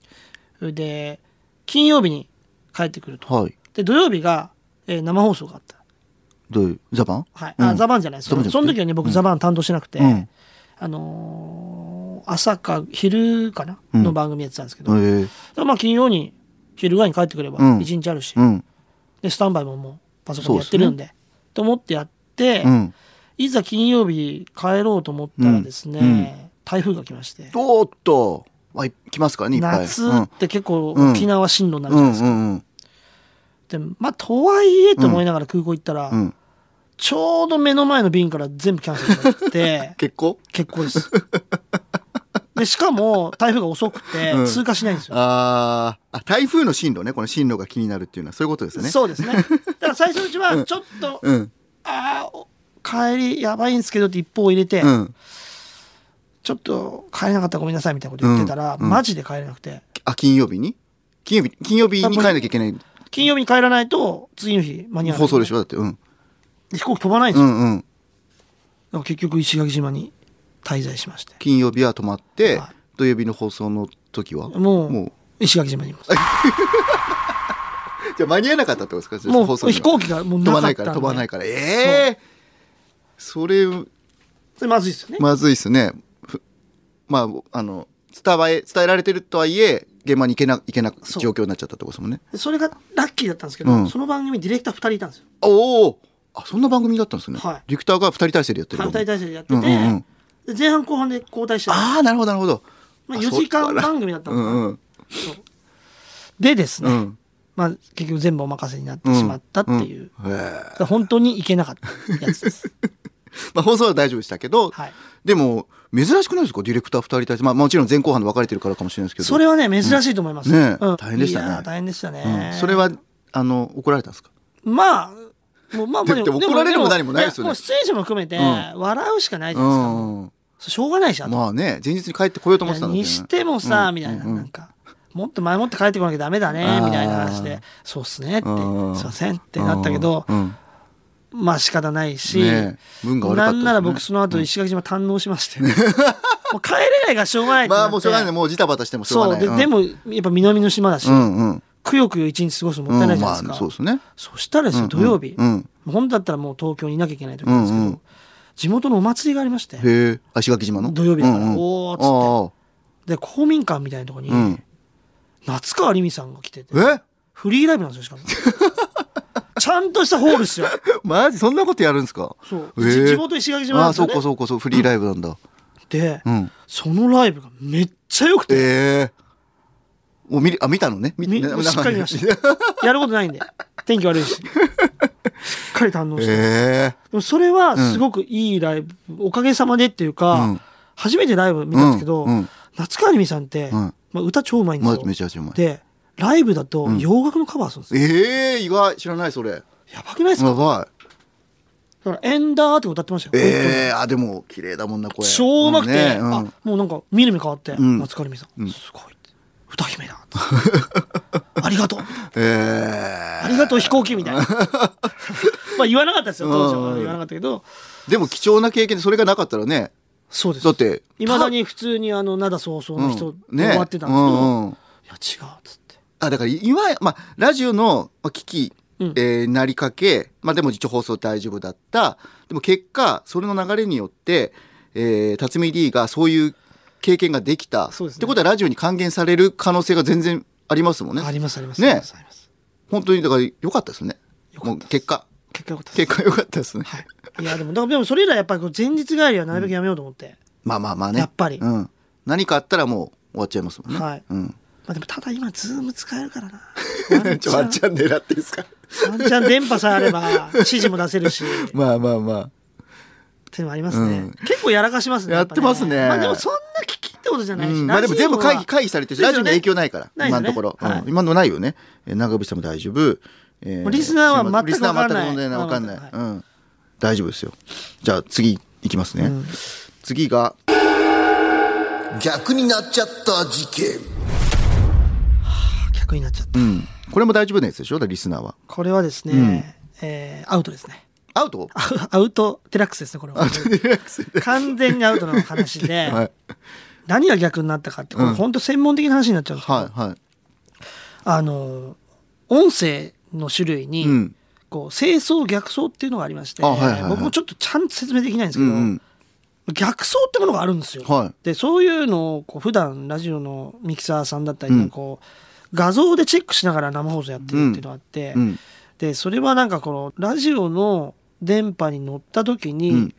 S2: え
S3: で金曜日に帰ってくると。
S2: はい
S3: で土曜日が、えー生放送があった。
S2: どういうザバン
S3: はい、
S2: う
S3: あ
S2: ん
S3: ザバンじゃないです
S2: ザバンじゃなくて
S3: その時はね僕ザバン担当してなくて、
S2: うん
S3: あのー朝か昼かな
S2: うん
S3: の番組やってたんですけど、だか
S2: ええ
S3: らまあ金曜に昼ぐらいに帰ってくれば
S2: うん
S3: 1日あるし、
S2: うん
S3: でスタンバイももうパソコンでやってるんでと思ってやって、
S2: うん
S3: いざ金曜日帰ろうと思ったらですね、
S2: うんうん
S3: 台風が来まして、
S2: おーっとあい来ますからねいっぱい
S3: 夏
S2: うん
S3: って結構
S2: うん
S3: 沖縄進路になる
S2: う
S3: じゃない
S2: ん
S3: です
S2: う
S3: か。
S2: んうん
S3: でまあとはいえと思いながら空港行ったら、
S2: うん
S3: ちょうど目の前の便から全部キャンセルになって
S2: 結構
S3: 結構です。でしかも台風が遅くて
S2: うん
S3: 通過しないんですよ。
S2: あーあ台風の進路ねこの進路が気になるっていうのはそういうことですよね
S3: そうですね。だから最初のうちはちょっと、
S2: うん
S3: ああ帰りやばいんですけどって一報を入れて、
S2: うん
S3: ちょっと帰れなかったらごめんなさいみたいなこと言ってたら、
S2: うんうん
S3: マジで帰れなくて
S2: あ金曜日に金曜日金曜日に帰らなきゃいけない
S3: 金曜日に帰らないと次の日間に合わな
S2: 放
S3: い
S2: 送でしょだってうん
S3: 飛行機飛ばないんです
S2: う
S3: よ、
S2: んうん
S3: だから結局石垣島に滞在しまして
S2: 金曜日は泊まって
S3: はい
S2: 土曜日の放送の時は
S3: もう
S2: もう
S3: 石垣島にいます
S2: じゃあ間に合わなかったってことですか
S3: もう
S2: 放送には
S3: 飛行機がもう
S2: 飛
S3: な
S2: ばな
S3: かっ
S2: いか
S3: たん
S2: ら
S3: で
S2: 飛ばないからええそれ
S3: それまずいですよね、
S2: まずいですね。ふまあ、あの、伝え、伝えられてるとはいえ、現場に行けな、行けな
S3: そう
S2: 状況になっちゃったってことですもんね。
S3: それがラッキーだったんですけど、
S2: うん
S3: その番組ディレクター2人いたんですよ
S2: おおあ、そんな番組だったんですね。
S3: はい
S2: ディレクターが二人体制でやってる
S3: 反
S2: 番組。
S3: 対体制でやってて、
S2: うんうん
S3: で前半後半で交代してた
S2: ああ、なるほど、なるほど。
S3: まあ
S2: あ
S3: 4時間番組だった
S2: う
S3: の
S2: ん
S3: かな
S2: うん。
S3: でですね、
S2: うん
S3: まあ、結局全部お任せになっ
S2: う
S3: て
S2: ん。
S3: しまったっていう、
S2: うんへえ
S3: だから本当に行けなかった やつです。
S2: まあ、放送は大丈夫でしたけど、
S3: はい
S2: でも、珍しくないですかディレクター二人体制。まあ、もちろん前後半で分かれてるからかもしれないですけど。
S3: それはね、珍しいと思います。
S2: うんねえ
S3: うん
S2: 大変でしたね
S3: いやー大変でしたね、
S2: うんそれは、あの、怒られたんですか
S3: まあ、もうまあ、
S2: ででも怒られるも何もないですよね
S3: もう出演者も含めて、
S2: ん
S3: 笑うしかないじ
S2: う。
S3: ゃないですか。もうんしょうがないし、あと
S2: まあね、前日に帰ってこようと思ってたんだけどね
S3: にしてもさ、
S2: うん
S3: みたいな、
S2: うんうん
S3: なんか、もっと前もって帰ってこなきゃダメだね、
S2: あー
S3: みたいな話で、そうっすねって、すい
S2: うん
S3: ませんってなったけど
S2: う、ん
S3: まあ仕方ないし、
S2: ねえ運が悪かったで
S3: な
S2: すね
S3: んなら僕その後石垣島堪能し まして、もう帰れないがしょうがないって
S2: ま
S3: なって
S2: あもうしょうがないねもうジタバタしてもしょう
S3: そ
S2: が
S3: う
S2: ない
S3: で、
S2: ん
S3: でもやっぱ南の島だし、
S2: うんうん
S3: くよくよ一日過ごすのもったいないじゃないで
S2: う
S3: すか、
S2: んまあそうですね
S3: そしたらですよ土曜日、
S2: うん
S3: 本当だったらもう東京にいなきゃいけない時なんですけど、
S2: うんうん
S3: 地元のお祭りがありまして、
S2: へえ。あ、石垣島の
S3: 土曜日だからおーっつって
S2: お
S3: で、公民館みたいなとこに、
S2: うん
S3: 夏川りみさんが来てて、
S2: え
S3: フリーライブなんですよ、しかも。ちゃんとしたホールっすよ。
S2: マジそんなことやるんですか
S3: そう
S2: へえ
S3: 地地元石垣島
S2: あ
S3: なん
S2: あ、
S3: です
S2: そ
S3: よ
S2: う
S3: ね
S2: かそうかそう、フリーライブなんだ。
S3: で、
S2: うん
S3: そのライブがめっちゃ良くて、
S2: ええ。もう見り、あ、見たのね。見
S3: み
S2: な
S3: しっかり見 ました。やることないんで。天気悪いし。しっかり堪能して。で
S2: ええ。
S3: もそれはすごくいいライブ、おかげさまでっていうか、
S2: うん
S3: 初めてライブ見たんですけど、
S2: うんうん
S3: 夏川りみさんって、
S2: ん
S3: まあ、歌超うまいんです
S2: ま
S3: よ。
S2: めちゃくちゃうまい。
S3: で、ライブだと洋楽のカバーするんですよ。
S2: ええ、意外、知らない、それ。
S3: やばくないですか、
S2: やばい。
S3: だからエンダーって歌ってましたよ。
S2: ええ、あ、でも、綺麗だもんな、声。
S3: 超うまくて、
S2: ねうん
S3: あもうなんか見る目変わって、
S2: ん
S3: 夏川りみさん、すごいって歌姫だ ありがとう
S2: え
S3: ありがとう飛行機み たいなまあ言わなかったですよ当時は言わなかったけど
S2: え。でも、貴重な経験で、それがなかったらね。
S3: そうです
S2: だって。
S3: いまだに普通にあの灘早々の人
S2: ね
S3: 終わってたんですけど、
S2: うんうん
S3: いや違うっつって
S2: あだから今まあ、ラジオのまあ危機、
S3: うん
S2: えーなりかけ、まあ、でも一応放送大丈夫だったでも結果それの流れによって、えー、辰巳 D がそういう経験ができた
S3: そうですね
S2: ってことはラジオに還元される可能性が全然ありますもんね
S3: ありますあります
S2: ね
S3: ありますあります
S2: 本当にだから良かったですね
S3: 良かっ
S2: も
S3: たです
S2: う結果
S3: 結果よかったです
S2: 結果良かったですね、
S3: はい、いやでもだからでもそれ以来やっぱりこう前日帰りはなるべくやめようと思って、
S2: まあまあまあね
S3: やっぱり
S2: うん、何かあったらもう終わっちゃいますもんね
S3: はい
S2: うん、
S3: まあでもただ今ズーム使えるからな
S2: ちょワンチャン狙っていいで すか
S3: ワンチャン電波さえあれば指示も出せるしっ
S2: まあまあまあ
S3: てのもありますね、
S2: うん
S3: 結構やらかしますね
S2: やってますね
S3: やっぱまあでもそんな危機ってことじゃないし、
S2: うんまあでも全部会議会議されてるし、
S3: で
S2: ラ
S3: す
S2: ジオ
S3: よ
S2: に
S3: ね
S2: 影響ないから、
S3: ないで
S2: 今
S3: す
S2: の
S3: ね
S2: ところ、うん
S3: はい
S2: 今のないよねえー長渕さんも大丈夫、え
S3: もうリスナーは全く
S2: リスナーは全く
S3: わか
S2: 問
S3: んな
S2: 題
S3: い
S2: ないわかんない、
S3: はい
S2: うん、大丈夫ですよじゃあ次いきますね、次が逆になっちゃった事件、
S3: 逆になっちゃった、
S2: うん、これも大丈夫なやつでしょだからリスナーは
S3: これはですね、えーアウトですね
S2: アウト
S3: あアウトデラックスですねこれは完全にアウトの話 で、
S2: はい
S3: 何が逆になったかってこれ本当専門的な話になっちゃうんですけど、
S2: はいはい
S3: あの音声の種類に、
S2: うん
S3: こう清掃逆走っていうのがありまして、
S2: あはいはいはい
S3: 僕もちょっとちゃんと説明できないんですけど、
S2: うんうん
S3: 逆走ってものがあるんですよ。
S2: はい
S3: でそういうのをこう普段ラジオのミキサーさんだったりなんかこう、画像でチェックしながら生放送やってるっていうのがあって、
S2: うん
S3: でそれはなんかこのラジオの電波に乗った時に、
S2: ん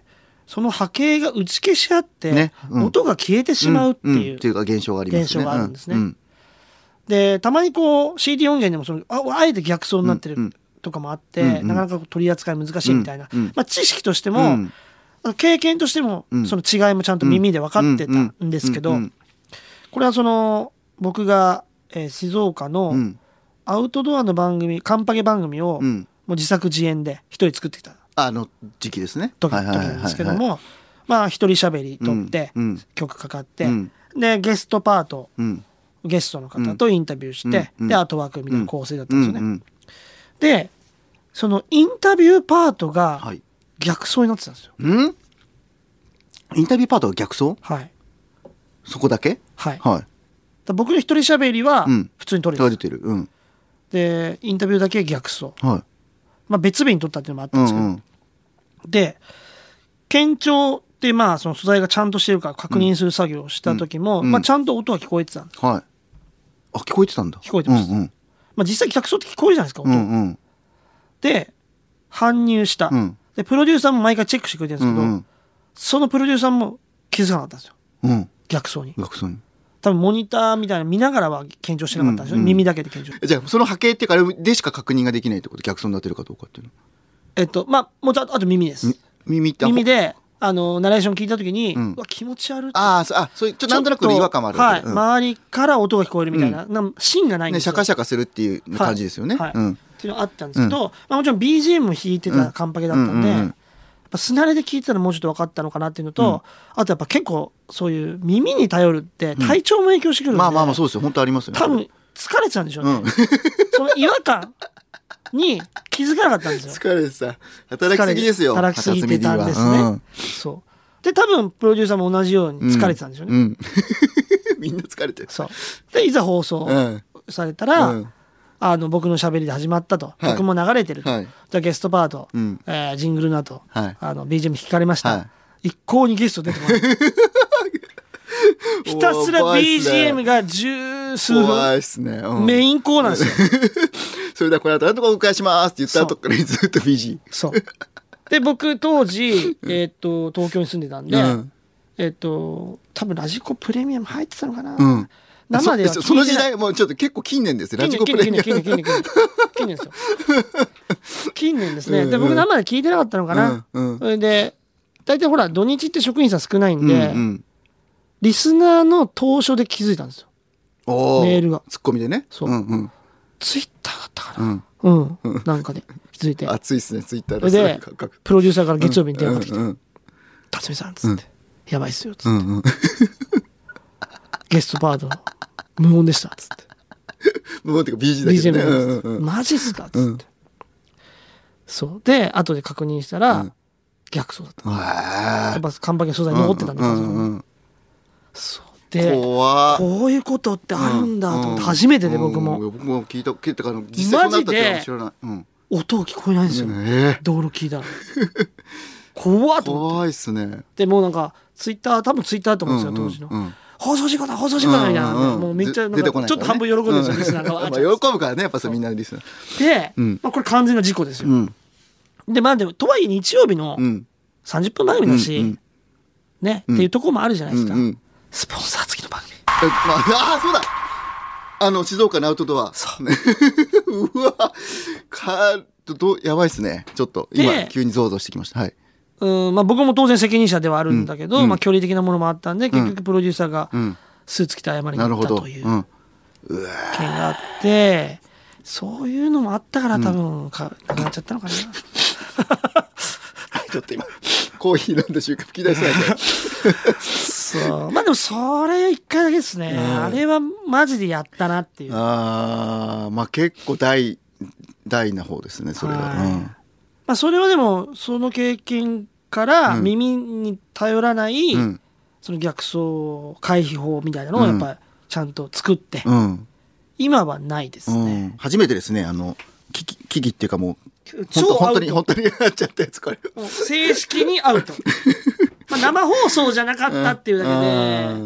S3: その波形が打ち消し合って、
S2: ねうん
S3: 音が消えてしまうっていう。
S2: んんっていうか現象がありますね
S3: 現象があるんですね
S2: うん
S3: でたまにこう CD 音源でもそのああえて逆走になって
S2: うんうん
S3: るとかもあって、
S2: うんうん
S3: なかなかこう取り扱い難しいみたいな、
S2: うんうん
S3: まあ、知識として
S2: う
S3: も、
S2: ん
S3: あの経験としても、
S2: うん
S3: その違いもちゃんと耳で分かってたんですけど、
S2: うんうん
S3: これはその僕が、えー静岡の
S2: うん
S3: アウトドアの番組カンパゲ番組を、
S2: うん
S3: もう自作自演で一人作ってきた
S2: あの時期ですね
S3: 時,、
S2: はいはいはいはい
S3: なんですけどもまあ一人喋り撮って、
S2: うんうん
S3: 曲かかって、
S2: うん
S3: でゲストパート
S2: うん
S3: ゲストの方とインタビューして、
S2: うんうん
S3: でアートワークみたいな構成だった
S2: うんん
S3: ですよね。
S2: うん
S3: でそのインタビューパート
S2: は
S3: が
S2: い
S3: 逆走になってたんですよ。
S2: んインタビューパートは逆走
S3: はい、
S2: そこだけ
S3: はい
S2: は
S3: だ僕の一人喋りは
S2: うん
S3: 普通に撮れ
S2: い
S3: てた、
S2: 取れてるうん
S3: でインタビューだけ逆走、
S2: は
S3: まあ、別日に撮ったっていうのもあっ
S2: い
S3: た
S2: うんん
S3: ですけど、
S2: うん
S3: で県庁ってまあその素材がちゃんとしてるか確認する作業をした時も、
S2: うん
S3: まあ、ちゃんと音は聞こえてたんです、
S2: はいあ聞こえてたんだ
S3: 聞こえてました
S2: うん
S3: まあ、実際逆走って聞こえるじゃないですか
S2: う
S3: 音、
S2: んうん
S3: で搬入した、
S2: うん
S3: でプロデューサーも毎回チェックしてくれてるん
S2: う
S3: です
S2: ん
S3: けど、
S2: うん
S3: そのプロデューサーも気づかなかったんですよ
S2: うんうん
S3: 逆走に
S2: 逆走に
S3: 多分モニターみたいなの見ながらは緊張してなかったんですよ、
S2: うんうん
S3: 耳だけで緊張
S2: じゃあその波形っていうかあれでしか確認ができないってこと逆走になってるかどうかっていうの
S3: えっとまあもうちょっとあと耳です
S2: み耳って
S3: 耳であのナレーション聞いた時に、うんわ気持ち悪い
S2: ああそうあそういうちょっとなんとなく違和感もあるわ
S3: は
S2: け
S3: い、
S2: だうん
S3: 周りから音が聞こえるみたいな、なんか芯がないんで
S2: ね
S3: す
S2: シャ
S3: よ、
S2: カシャカするっていう感じですよね
S3: はい
S2: うん
S3: っていうのがあったんですけど、まあ、もちろん BGM も弾いてたカンパケだったんで、
S2: うんうんうんうん
S3: やっぱすなれで聞いてたらもうちょっと分かったのかなっていうのと、あとやっぱ結構そういう耳に頼るって体調も影響してくるんで、
S2: まあまあまあそうですよ本当ありますよね
S3: 多分疲れてたんでしょうね、
S2: うん
S3: その違和感に気づかなかったんですよ
S2: 疲れてさ働きすぎですよ
S3: 働きすぎてたんです
S2: 高
S3: ね、
S2: 須美 D はうん
S3: そうで多分プロデューサーも同じように疲れてたんでしょうね、
S2: うん。みんな疲れてる。
S3: そうでいざ放送
S2: うん
S3: されたら、
S2: うん
S3: あの僕の喋りで始まったと、
S2: はい
S3: 曲も流れてると、
S2: はい
S3: じゃあゲストパート、
S2: うん
S3: えージングルの後、
S2: はい
S3: あの BGM 弾かれました、
S2: は
S3: 一向にゲスト出て こないひたすら
S2: おー怖いっすね
S3: BGM が十数
S2: 怖
S3: 分
S2: いっすね。うん
S3: メインコーナーですよ
S2: それではこれ後なんとかお伺いしますって言った後からずっと BG。
S3: そうで僕当時、えーっと東京に住んでたんで、
S2: うん
S3: えーっと多分ラジコプレミアム入ってたのか
S2: う
S3: な、
S2: ん。
S3: 生では
S2: そ
S3: 聞いてない
S2: その時代、もうちょっと結構近年ですよ。ラジコプレミアム。
S3: 近年近年近年近年近年近年ですよ近年ですね、
S2: うんう
S3: で
S2: ん
S3: 僕生で聞いてなかったのかな、
S2: うんうん
S3: それで大体ほら土日って職員さん少ないん
S2: うん
S3: で、
S2: うん。
S3: リスナーの投書で気づいたんですよ
S2: お
S3: メールが
S2: ツッコミでね。
S3: そう
S2: うんうん。
S3: ツイッターだったか
S2: う
S3: な、
S2: ん。
S3: うんなんかで気づいて
S2: 熱いっすね、ツイッター
S3: それで
S2: それかか
S3: プロデューサーから月曜日に電話かかってきて
S2: うん
S3: 「辰巳さん」っつって「やばいっすよ」っつ
S2: う
S3: って
S2: んうん。
S3: 「ゲストパート無音でした」っつって
S2: もうてか BG だけ
S3: BGM
S2: どね。うんう
S3: が鳴る
S2: んうん
S3: マジっすかっつって、
S2: うん
S3: そうで後で確認したら、
S2: うん
S3: 逆走だったや
S2: わ
S3: っぱ看板が素材に残ってたんで
S2: う
S3: すよ、
S2: んうんうん。
S3: そうで
S2: 怖っ
S3: こういうことってあるんだと思って
S2: うん
S3: 初めてで僕
S2: うん
S3: も
S2: いや僕も聞いた、聞いたから、実際そうなったっていうのは知らない。うん。
S3: 音聞こえないんですよ、
S2: ねえ
S3: 道路 聞いたら怖っと思って
S2: 怖いっすね。
S3: でもうなんかツイッター多分ツイッターだと思うんですよ当時の、
S2: うんうんうん
S3: 放送事故だ放送事故だみたいな、
S2: うんうん
S3: もうめっちゃ
S2: で
S3: なん
S2: 出て
S3: か
S2: こない
S3: ちょっと半分喜んでるんですよ、
S2: うん
S3: リスナーがわー
S2: ま
S3: っ
S2: あ
S3: ちゃ
S2: 喜
S3: っ
S2: ぶからねやっぱさみんなリスナー
S3: てで、
S2: うん
S3: まあ、これ完全な事故ですよ、
S2: うん
S3: でまあでもとはいえ日曜日の
S2: うん
S3: 30分番組だし、
S2: うんうん
S3: ね、っていうところもあるじゃないですか、
S2: うんうん
S3: スポンサー付きの番組
S2: えまああーそうだあの静岡のアウトドア
S3: そう
S2: ね うわかどどやばいっすねちょっと今
S3: で
S2: 急にゾワゾワしてきましたはい
S3: うんまあ、僕も当然責任者ではあるんだけど、
S2: うん
S3: まあ、距離的なものもあったんで、結局プロデューサーが
S2: うん
S3: スーツ着て謝りに
S2: なる
S3: 行
S2: ほ
S3: った
S2: ど
S3: という
S2: う
S3: 件
S2: ん
S3: があって、そういうのもあったから多分か、なくなっちゃっ たのかな。
S2: ちょっと今コーヒー飲んだ瞬間吹き出せないから
S3: そうまあでもそれ一回だけですね、あれはマジでやったなっていう。ま
S2: あーまあ結構大大な方ですねそれは
S3: はいあ、それはでもその経験から
S2: うん
S3: 耳に頼らない、
S2: うんうん
S3: その逆走回避法みたいなのをやっぱりちゃんと作って、
S2: うん
S3: 今はないです
S2: う
S3: ね。
S2: ん初めてですねあの危機危機っていうかもう本当
S3: 超
S2: 本
S3: アウ
S2: 当
S3: ト
S2: に本当に やっちゃったやつこれ
S3: もう正式にアウ ト。まあ生放送じゃなかったっていうだけ
S2: う
S3: で、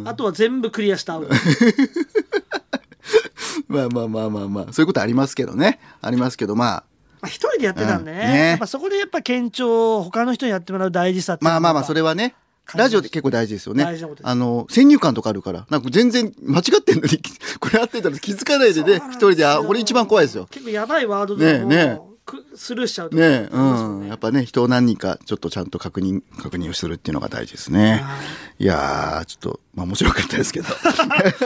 S2: ん
S3: あとは全部クリアしたアウト。
S2: まあまあまあまあまあそういうことありますけどねありますけどまあ
S3: まあ一人でやってたんでね。
S2: うんね
S3: やっぱそこでやっぱ県庁を他の人にやってもらう大事さっていうの
S2: ま
S3: が
S2: あまあまあそれはね
S3: 感じました
S2: ラジオで結構大事ですよね
S3: 大事なことです
S2: あの先入観とかあるからなんか全然間違ってんのに これ合ってたら気づかないでね
S3: そうなん
S2: 一
S3: ですよ
S2: 人であこれ一番怖いですよ
S3: 結構やばいワードとかも
S2: ねえねえ
S3: くスルーしちゃうとか
S2: ねえ
S3: ありますよ
S2: うんやっぱね人を何人かちょっとちゃんと確認確認をするっていうのが大事ですね
S3: はい
S2: やーちょっとまあ面白かったですけど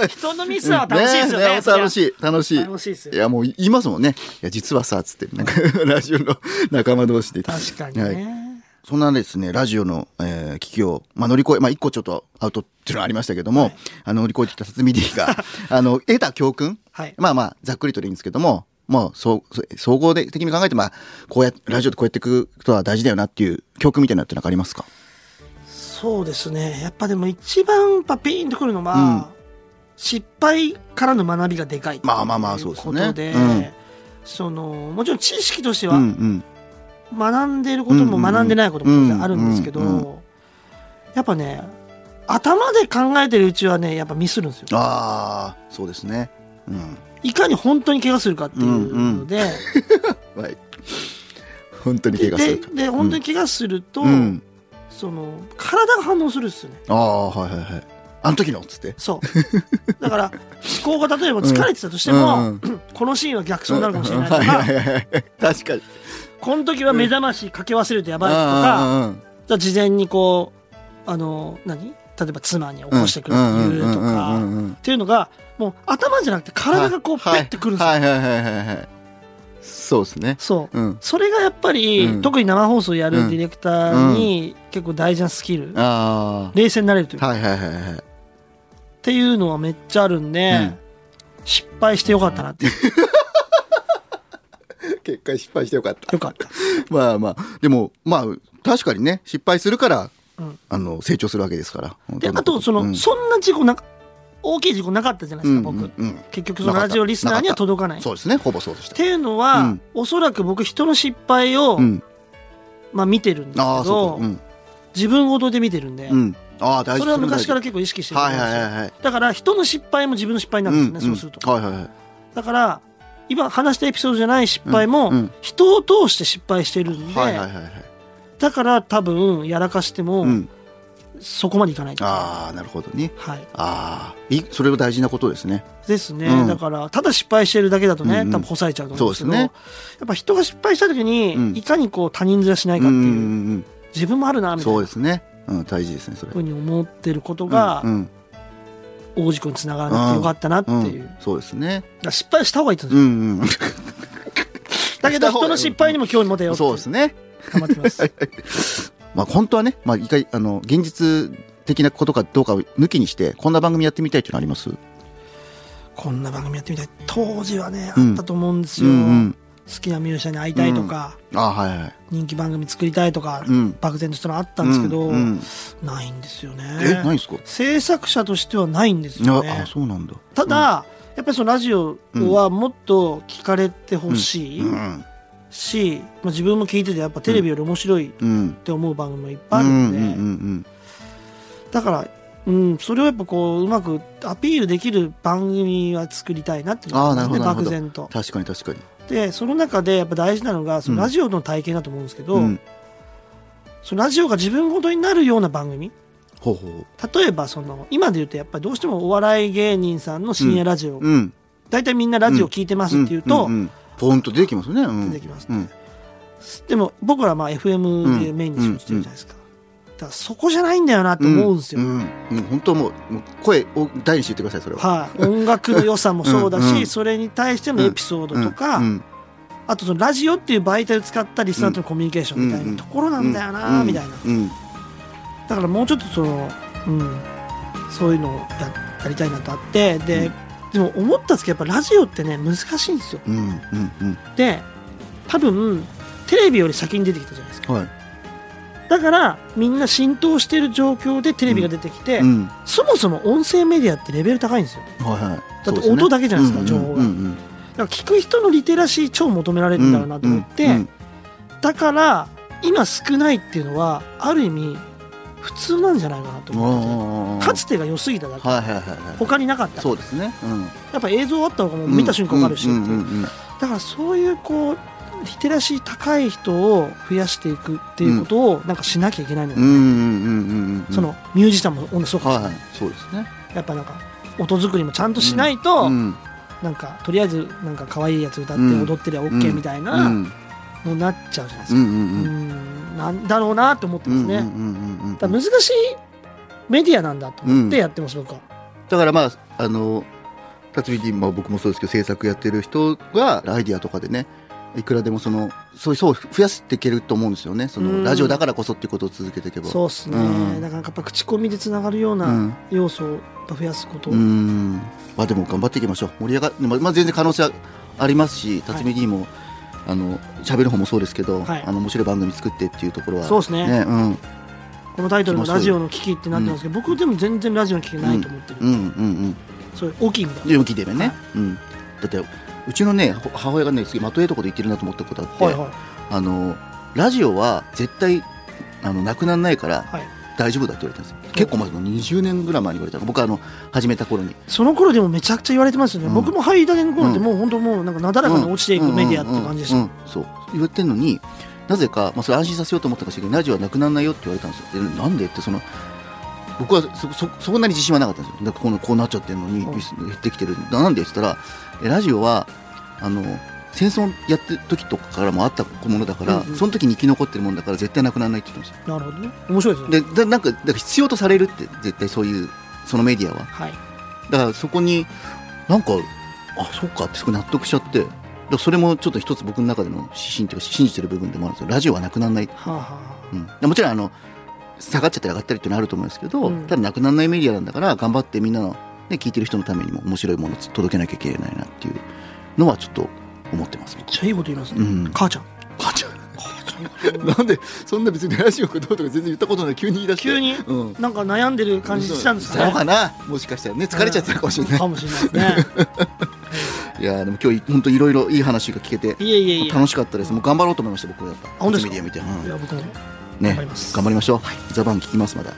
S3: 人のミスは楽しいですよね。
S2: ね楽し
S3: い。
S2: い楽しい
S3: 楽しいですよ
S2: やもう言いますもんねいや実はさつってなんか ラジオの仲間同士で
S3: 確かに
S2: はい
S3: ね。
S2: そんなですね、ラジオの、えー危機を、まあ、乗り越え、まあ、一個ちょっとアウトっていうのはありましたけども、あの、乗り越えてきた辰巳 D が、 あの、得た教訓、
S3: はい
S2: まあまあ、ざっくりとでいいんですけども、もう、そう、そう総合的に考えて、まあ、こうやラジオでこうやっていくことは大事だよなっていう教訓みたいなのってなんかありますか
S3: そうですね。やっぱでも一番やっぱピンとくるのは、
S2: うん
S3: 失敗からの学びがでかい。
S2: まあまあまあそうですね
S3: ことで、
S2: うん
S3: そのもちろん知識として
S2: う
S3: は
S2: んうん。
S3: 学んでいることも
S2: うんうんうん
S3: 学んでないことも当然あるんですけど、
S2: うんうんう
S3: やっぱね頭で考えてるうちはねやっぱミスるんですよ
S2: ああ、そうですね。うん。
S3: いかに本当に怪我するかっていうので、
S2: はい。 本当に怪
S3: で
S2: 我す
S3: で
S2: るから。
S3: で本当に怪我すると、
S2: うんうん。
S3: その体が反応するっすよね
S2: ああ、はいはいはい。あの時のっつって。
S3: そう だから思考が例えば疲れてたとしても、
S2: うんうん
S3: このシーンは逆走になるかもしれないと
S2: うん
S3: か、
S2: はいはいはいはい。確かに。
S3: この時は目覚ましかけ忘れてやばいとか、
S2: ああ
S3: じゃあ事前にこうあの何例えば妻に起こしてくれって言う
S2: うんうん
S3: とか
S2: うんうんうんうん
S3: っていうのがもう頭じゃなくて体がこうペ
S2: はい
S3: ッてくるんですよ、
S2: はいはいはいはいはいそうですね
S3: そう、
S2: うん
S3: それがやっぱり、
S2: うん
S3: 特に生放送やるディレクターに結構大事なスキル、
S2: あ
S3: 冷静になれるという
S2: あ
S3: か、
S2: はいはいはいはい
S3: っていうのはめっちゃあるんで、
S2: うん
S3: 失敗してよかったなっていう
S2: 結果失敗してよかった
S3: よかった
S2: まあまあでもまあ確かにね失敗するから、
S3: うん
S2: あの成長するわけですから
S3: であとそ の、
S2: うん
S3: そんな事故なんか大きい事故なかったじゃないですか、
S2: うんうん
S3: 僕、
S2: うん
S3: 結局そのラジオリスナーには届かない。っ
S2: そうですねほぼそうでした
S3: ていうのは、
S2: うん
S3: おそらく僕人の失敗を、
S2: うん
S3: まあ、見てるんですけ
S2: ああそ
S3: ど、
S2: うかうん
S3: 自分ごとで見てるんで、
S2: うんああ大事
S3: それは昔からら結構意識してると
S2: はい
S3: 思うん
S2: は
S3: ですよ
S2: いはいはい
S3: だから人の失敗も自分の失敗なんですよね、そうすると。
S2: はいはいはい
S3: だから今話したエピソードじゃない失敗も、
S2: うんうん
S3: 人を通して失敗してるんで、
S2: はいはいはいはい
S3: だから多分やらかしても、
S2: うん
S3: そこまでいかないと
S2: ああなるほどね
S3: はい、
S2: ああいそれは大事なことですね
S3: ですね、
S2: うん
S3: だからただ失敗してるだけだとね、
S2: うんうん
S3: 多分干されちゃうと思うんですけど
S2: そうです
S3: やっぱ人が失敗した時に、
S2: うん
S3: いかにこう他人面しない
S2: うん
S3: か
S2: う
S3: っていう、
S2: ん
S3: 自分もあるな
S2: うん
S3: みたい
S2: そう
S3: な
S2: ですねうん大事ですねそれ
S3: ふうに思ってることが、
S2: うんうん
S3: 大事故につながらなくてよかったなってい
S2: う
S3: う、だか
S2: んそうですね
S3: ら失敗した方がいいと思
S2: う
S3: うんで
S2: ん うん
S3: すよだけど人の失敗にも興味持てよって
S2: そうですね
S3: 頑張ってます
S2: まあ本当はねまあ一回あの現実的なことかどうかを抜きにしてこんな番組やってみたいっていうのあります
S3: こんな番組やってみたい当時はね、
S2: うん
S3: あったと思うんです
S2: う
S3: よ、
S2: んうん
S3: 好きなミュージシャンに会いたいとか、
S2: ああはいはい
S3: 人気番組作りたいとか、
S2: うん
S3: 漠然としたのあったんですけど、
S2: うんうん
S3: ないんですよね
S2: えないんすか
S3: 制作者としてはないんですよ
S2: あ
S3: ね
S2: あそうなんだ
S3: ただ、やっぱりそのラジオはもっと聞かれてほしい
S2: うん
S3: し、まあ、自分も聞いててやっぱテレビより面白いっ
S2: うん
S3: て思う番組もいっぱ
S2: う
S3: いある
S2: ん
S3: ん
S2: うんう
S3: で、
S2: ん
S3: だから、うん、それをやっぱこううまくアピールできる番組は作りたいなって
S2: ああ
S3: 思
S2: なる
S3: う
S2: ほ
S3: んで
S2: ど
S3: すね
S2: なるほど
S3: 漠然と。
S2: 確かに確かに
S3: でその中でやっぱ大事なのがそのラジオの体験だと思うんですけど、
S2: うん
S3: そのラジオが自分ごとになるような番組
S2: ほうほうほう
S3: 例えばその今で言うとやっぱりどうしてもお笑い芸人さんの深夜ラジオ、
S2: うん
S3: 大体みんなラジオ聞いてますっていうと、
S2: んんんポンと出てきますね、うん
S3: 出てきます
S2: うん
S3: でも僕らはまあ FM でメインに仕事してるじゃないですか、だからそこじゃないんだよなって思うんですよ、
S2: うんうんもう本当もうもう声を大にして言ってくださいそれは、
S3: はい、音楽の良さもそうだし、
S2: うんうん
S3: それに対してのエピソードとか、
S2: うん
S3: あとそのラジオっていう媒体を使ったリスナーとのコミュニケーションみたいなところなんだよなみたいな、
S2: うんうん
S3: だからもうちょっとその、うん、そういうのをややりたいなとあってで、でも思ったんですけどやっぱラジオってね難しいんですよ
S2: うんうんうん
S3: で多分テレビより先に出てきたじゃないですか
S2: はい
S3: だからみんな浸透してる状況でテレビが出てきて、
S2: うんは
S3: そもそも音声メディアってレベル高いんですよ
S2: いはい
S3: だって
S2: そうすね
S3: 音だけじゃないですか情
S2: う
S3: 報が
S2: んうんうん
S3: だから聞く人のリテラシー超求められ
S2: う
S3: る
S2: ん
S3: んだろうなと思って、
S2: うん
S3: だから今少ないっていうのはある意味普通なんじゃないかなと
S2: うん
S3: 思って
S2: ああ
S3: てかつてが良すぎただけ
S2: はいはいはいは
S3: 他になかっ
S2: い
S3: た
S2: そうですね、うん
S3: やっぱ映像あった方がもう見た瞬間わかるしって
S2: う
S3: い
S2: ん
S3: う、
S2: うんうんうん
S3: だからそういうこうリテラシー高い人を増やしていくっていうことをなんかしなきゃいけないのよ、
S2: うんうんうんうんうん
S3: そのミュージシャンも同じそうか
S2: はいはいそうですね
S3: やっぱなんか音作りもちゃんとしないと、
S2: うん
S3: なんかとりあえずなんか可愛いやつ歌って
S2: うん
S3: 踊ってりゃ OK みたい
S2: うんう
S3: なんのになっちゃうじゃないで
S2: う
S3: すか、うん
S2: ん
S3: んなんだろうなと思って
S2: うん
S3: ますね、
S2: うんうんうんうんうん
S3: だから難しいメディアなんだと思ってやってます、僕は
S2: だからまああの辰巳 D まあ僕もそうですけど制作やってる人がアイディアとかでねいくらでもそのそういう層を増やしていけると思うんですよねそうの
S3: ん
S2: ラジオだからこそっていうことを続けていけば
S3: そうっすね、
S2: うん
S3: なかなかやっぱ口コミでつながるよう
S2: う
S3: なん要素をやっぱ増やすこと、
S2: うーんまあでも頑張っていきましょう盛り上がまあまあ全然可能性はありますし辰巳 D も、あの喋る方もそうですけど、
S3: はい
S2: あの面白い番組作ってっていうところは
S3: そうっすね
S2: うん
S3: このタイトルも「ラジオの危機」ってなってますけど、僕でも全然ラジオの危機ないと思ってる、
S2: うんうん
S3: そういう大きい意味では
S2: うんでも聞いてみね、
S3: は
S2: うんだってうちのねほ母親がねすげえまとえとこで言ってるなと思ったことあって、
S3: はいはい
S2: あのラジオは絶対あのなくならないから
S3: はい
S2: 大丈夫だって言われたんですよ結構前の20年ぐらい前に言われたの僕あの始めた頃に
S3: その頃でもめちゃくちゃ言われてますよね、
S2: うん
S3: 僕も入りたての頃って
S2: うん
S3: もう本当もうなんかなだらかに落ちていくメディアって感じでした、
S2: うんうんうんうんそう言われてるのになぜか、まあ、それ安心させようと思ったかもしれないけどラジオはなくならないよって言われたんですよでなんでってその僕はそそそんなに自信はなかったんですよだからこのこうなっちゃってるのに
S3: うん
S2: 減ってきてるなんでって言ったらえラジオはあの戦争やってる時とかからもあったものだから、
S3: うんうん
S2: その時に生き残ってるものだから絶対なくならないって言ってました
S3: なるほどね面白いですね
S2: でだなんかだから必要とされるって絶対そういうそのメディアは
S3: はい
S2: だからそこになんかあそっかってすごい納得しちゃってだからそれもちょっと一つ僕の中での指針というか信じてる部分でもあるんですよラジオはなくならない、
S3: はあ、はあ
S2: うん、もちろんあの下がっちゃったり上がったりっていうのはあると思うんですけど、
S3: うん
S2: ただなくならないメディアなんだから頑張ってみんなの、ね、聞いてる人のためにも面白いものを届けなきゃいけないなっていうのはちょっと思ってます
S3: めっちゃいいこと言います
S2: う
S3: ね、
S2: ん
S3: 母ちゃん
S2: 母ちゃんなんでそんな別にラジオかどうとか全然言ったことない急に言い出して
S3: 急に
S2: うん
S3: なんか悩んでる感じしたんですか
S2: そう
S3: ね
S2: かなもしかしたらね疲れちゃってるかもしれない、
S3: かもしれないですね
S2: いやーでも今日本当いろいろいい話が聞けて
S3: いえいえいえ
S2: 楽しかったですもう頑張ろうと思いました僕はやっぱ
S3: 本当です
S2: メ
S3: か
S2: ディア見て、うん
S3: いや僕もよ
S2: ね
S3: 頑張ります
S2: 頑張りましょう、ザバン聞きますまだ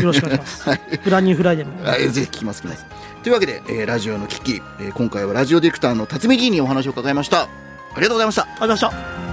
S3: ろしくお願いします、ブランニューフライデーも、
S2: はい、ぜひ聞きます、聞きます。というわけで、えーラジオの危機、えー今回はラジオディレクターの辰巳議員にお話を伺いました。ありがとうございました。
S3: ありがとうございました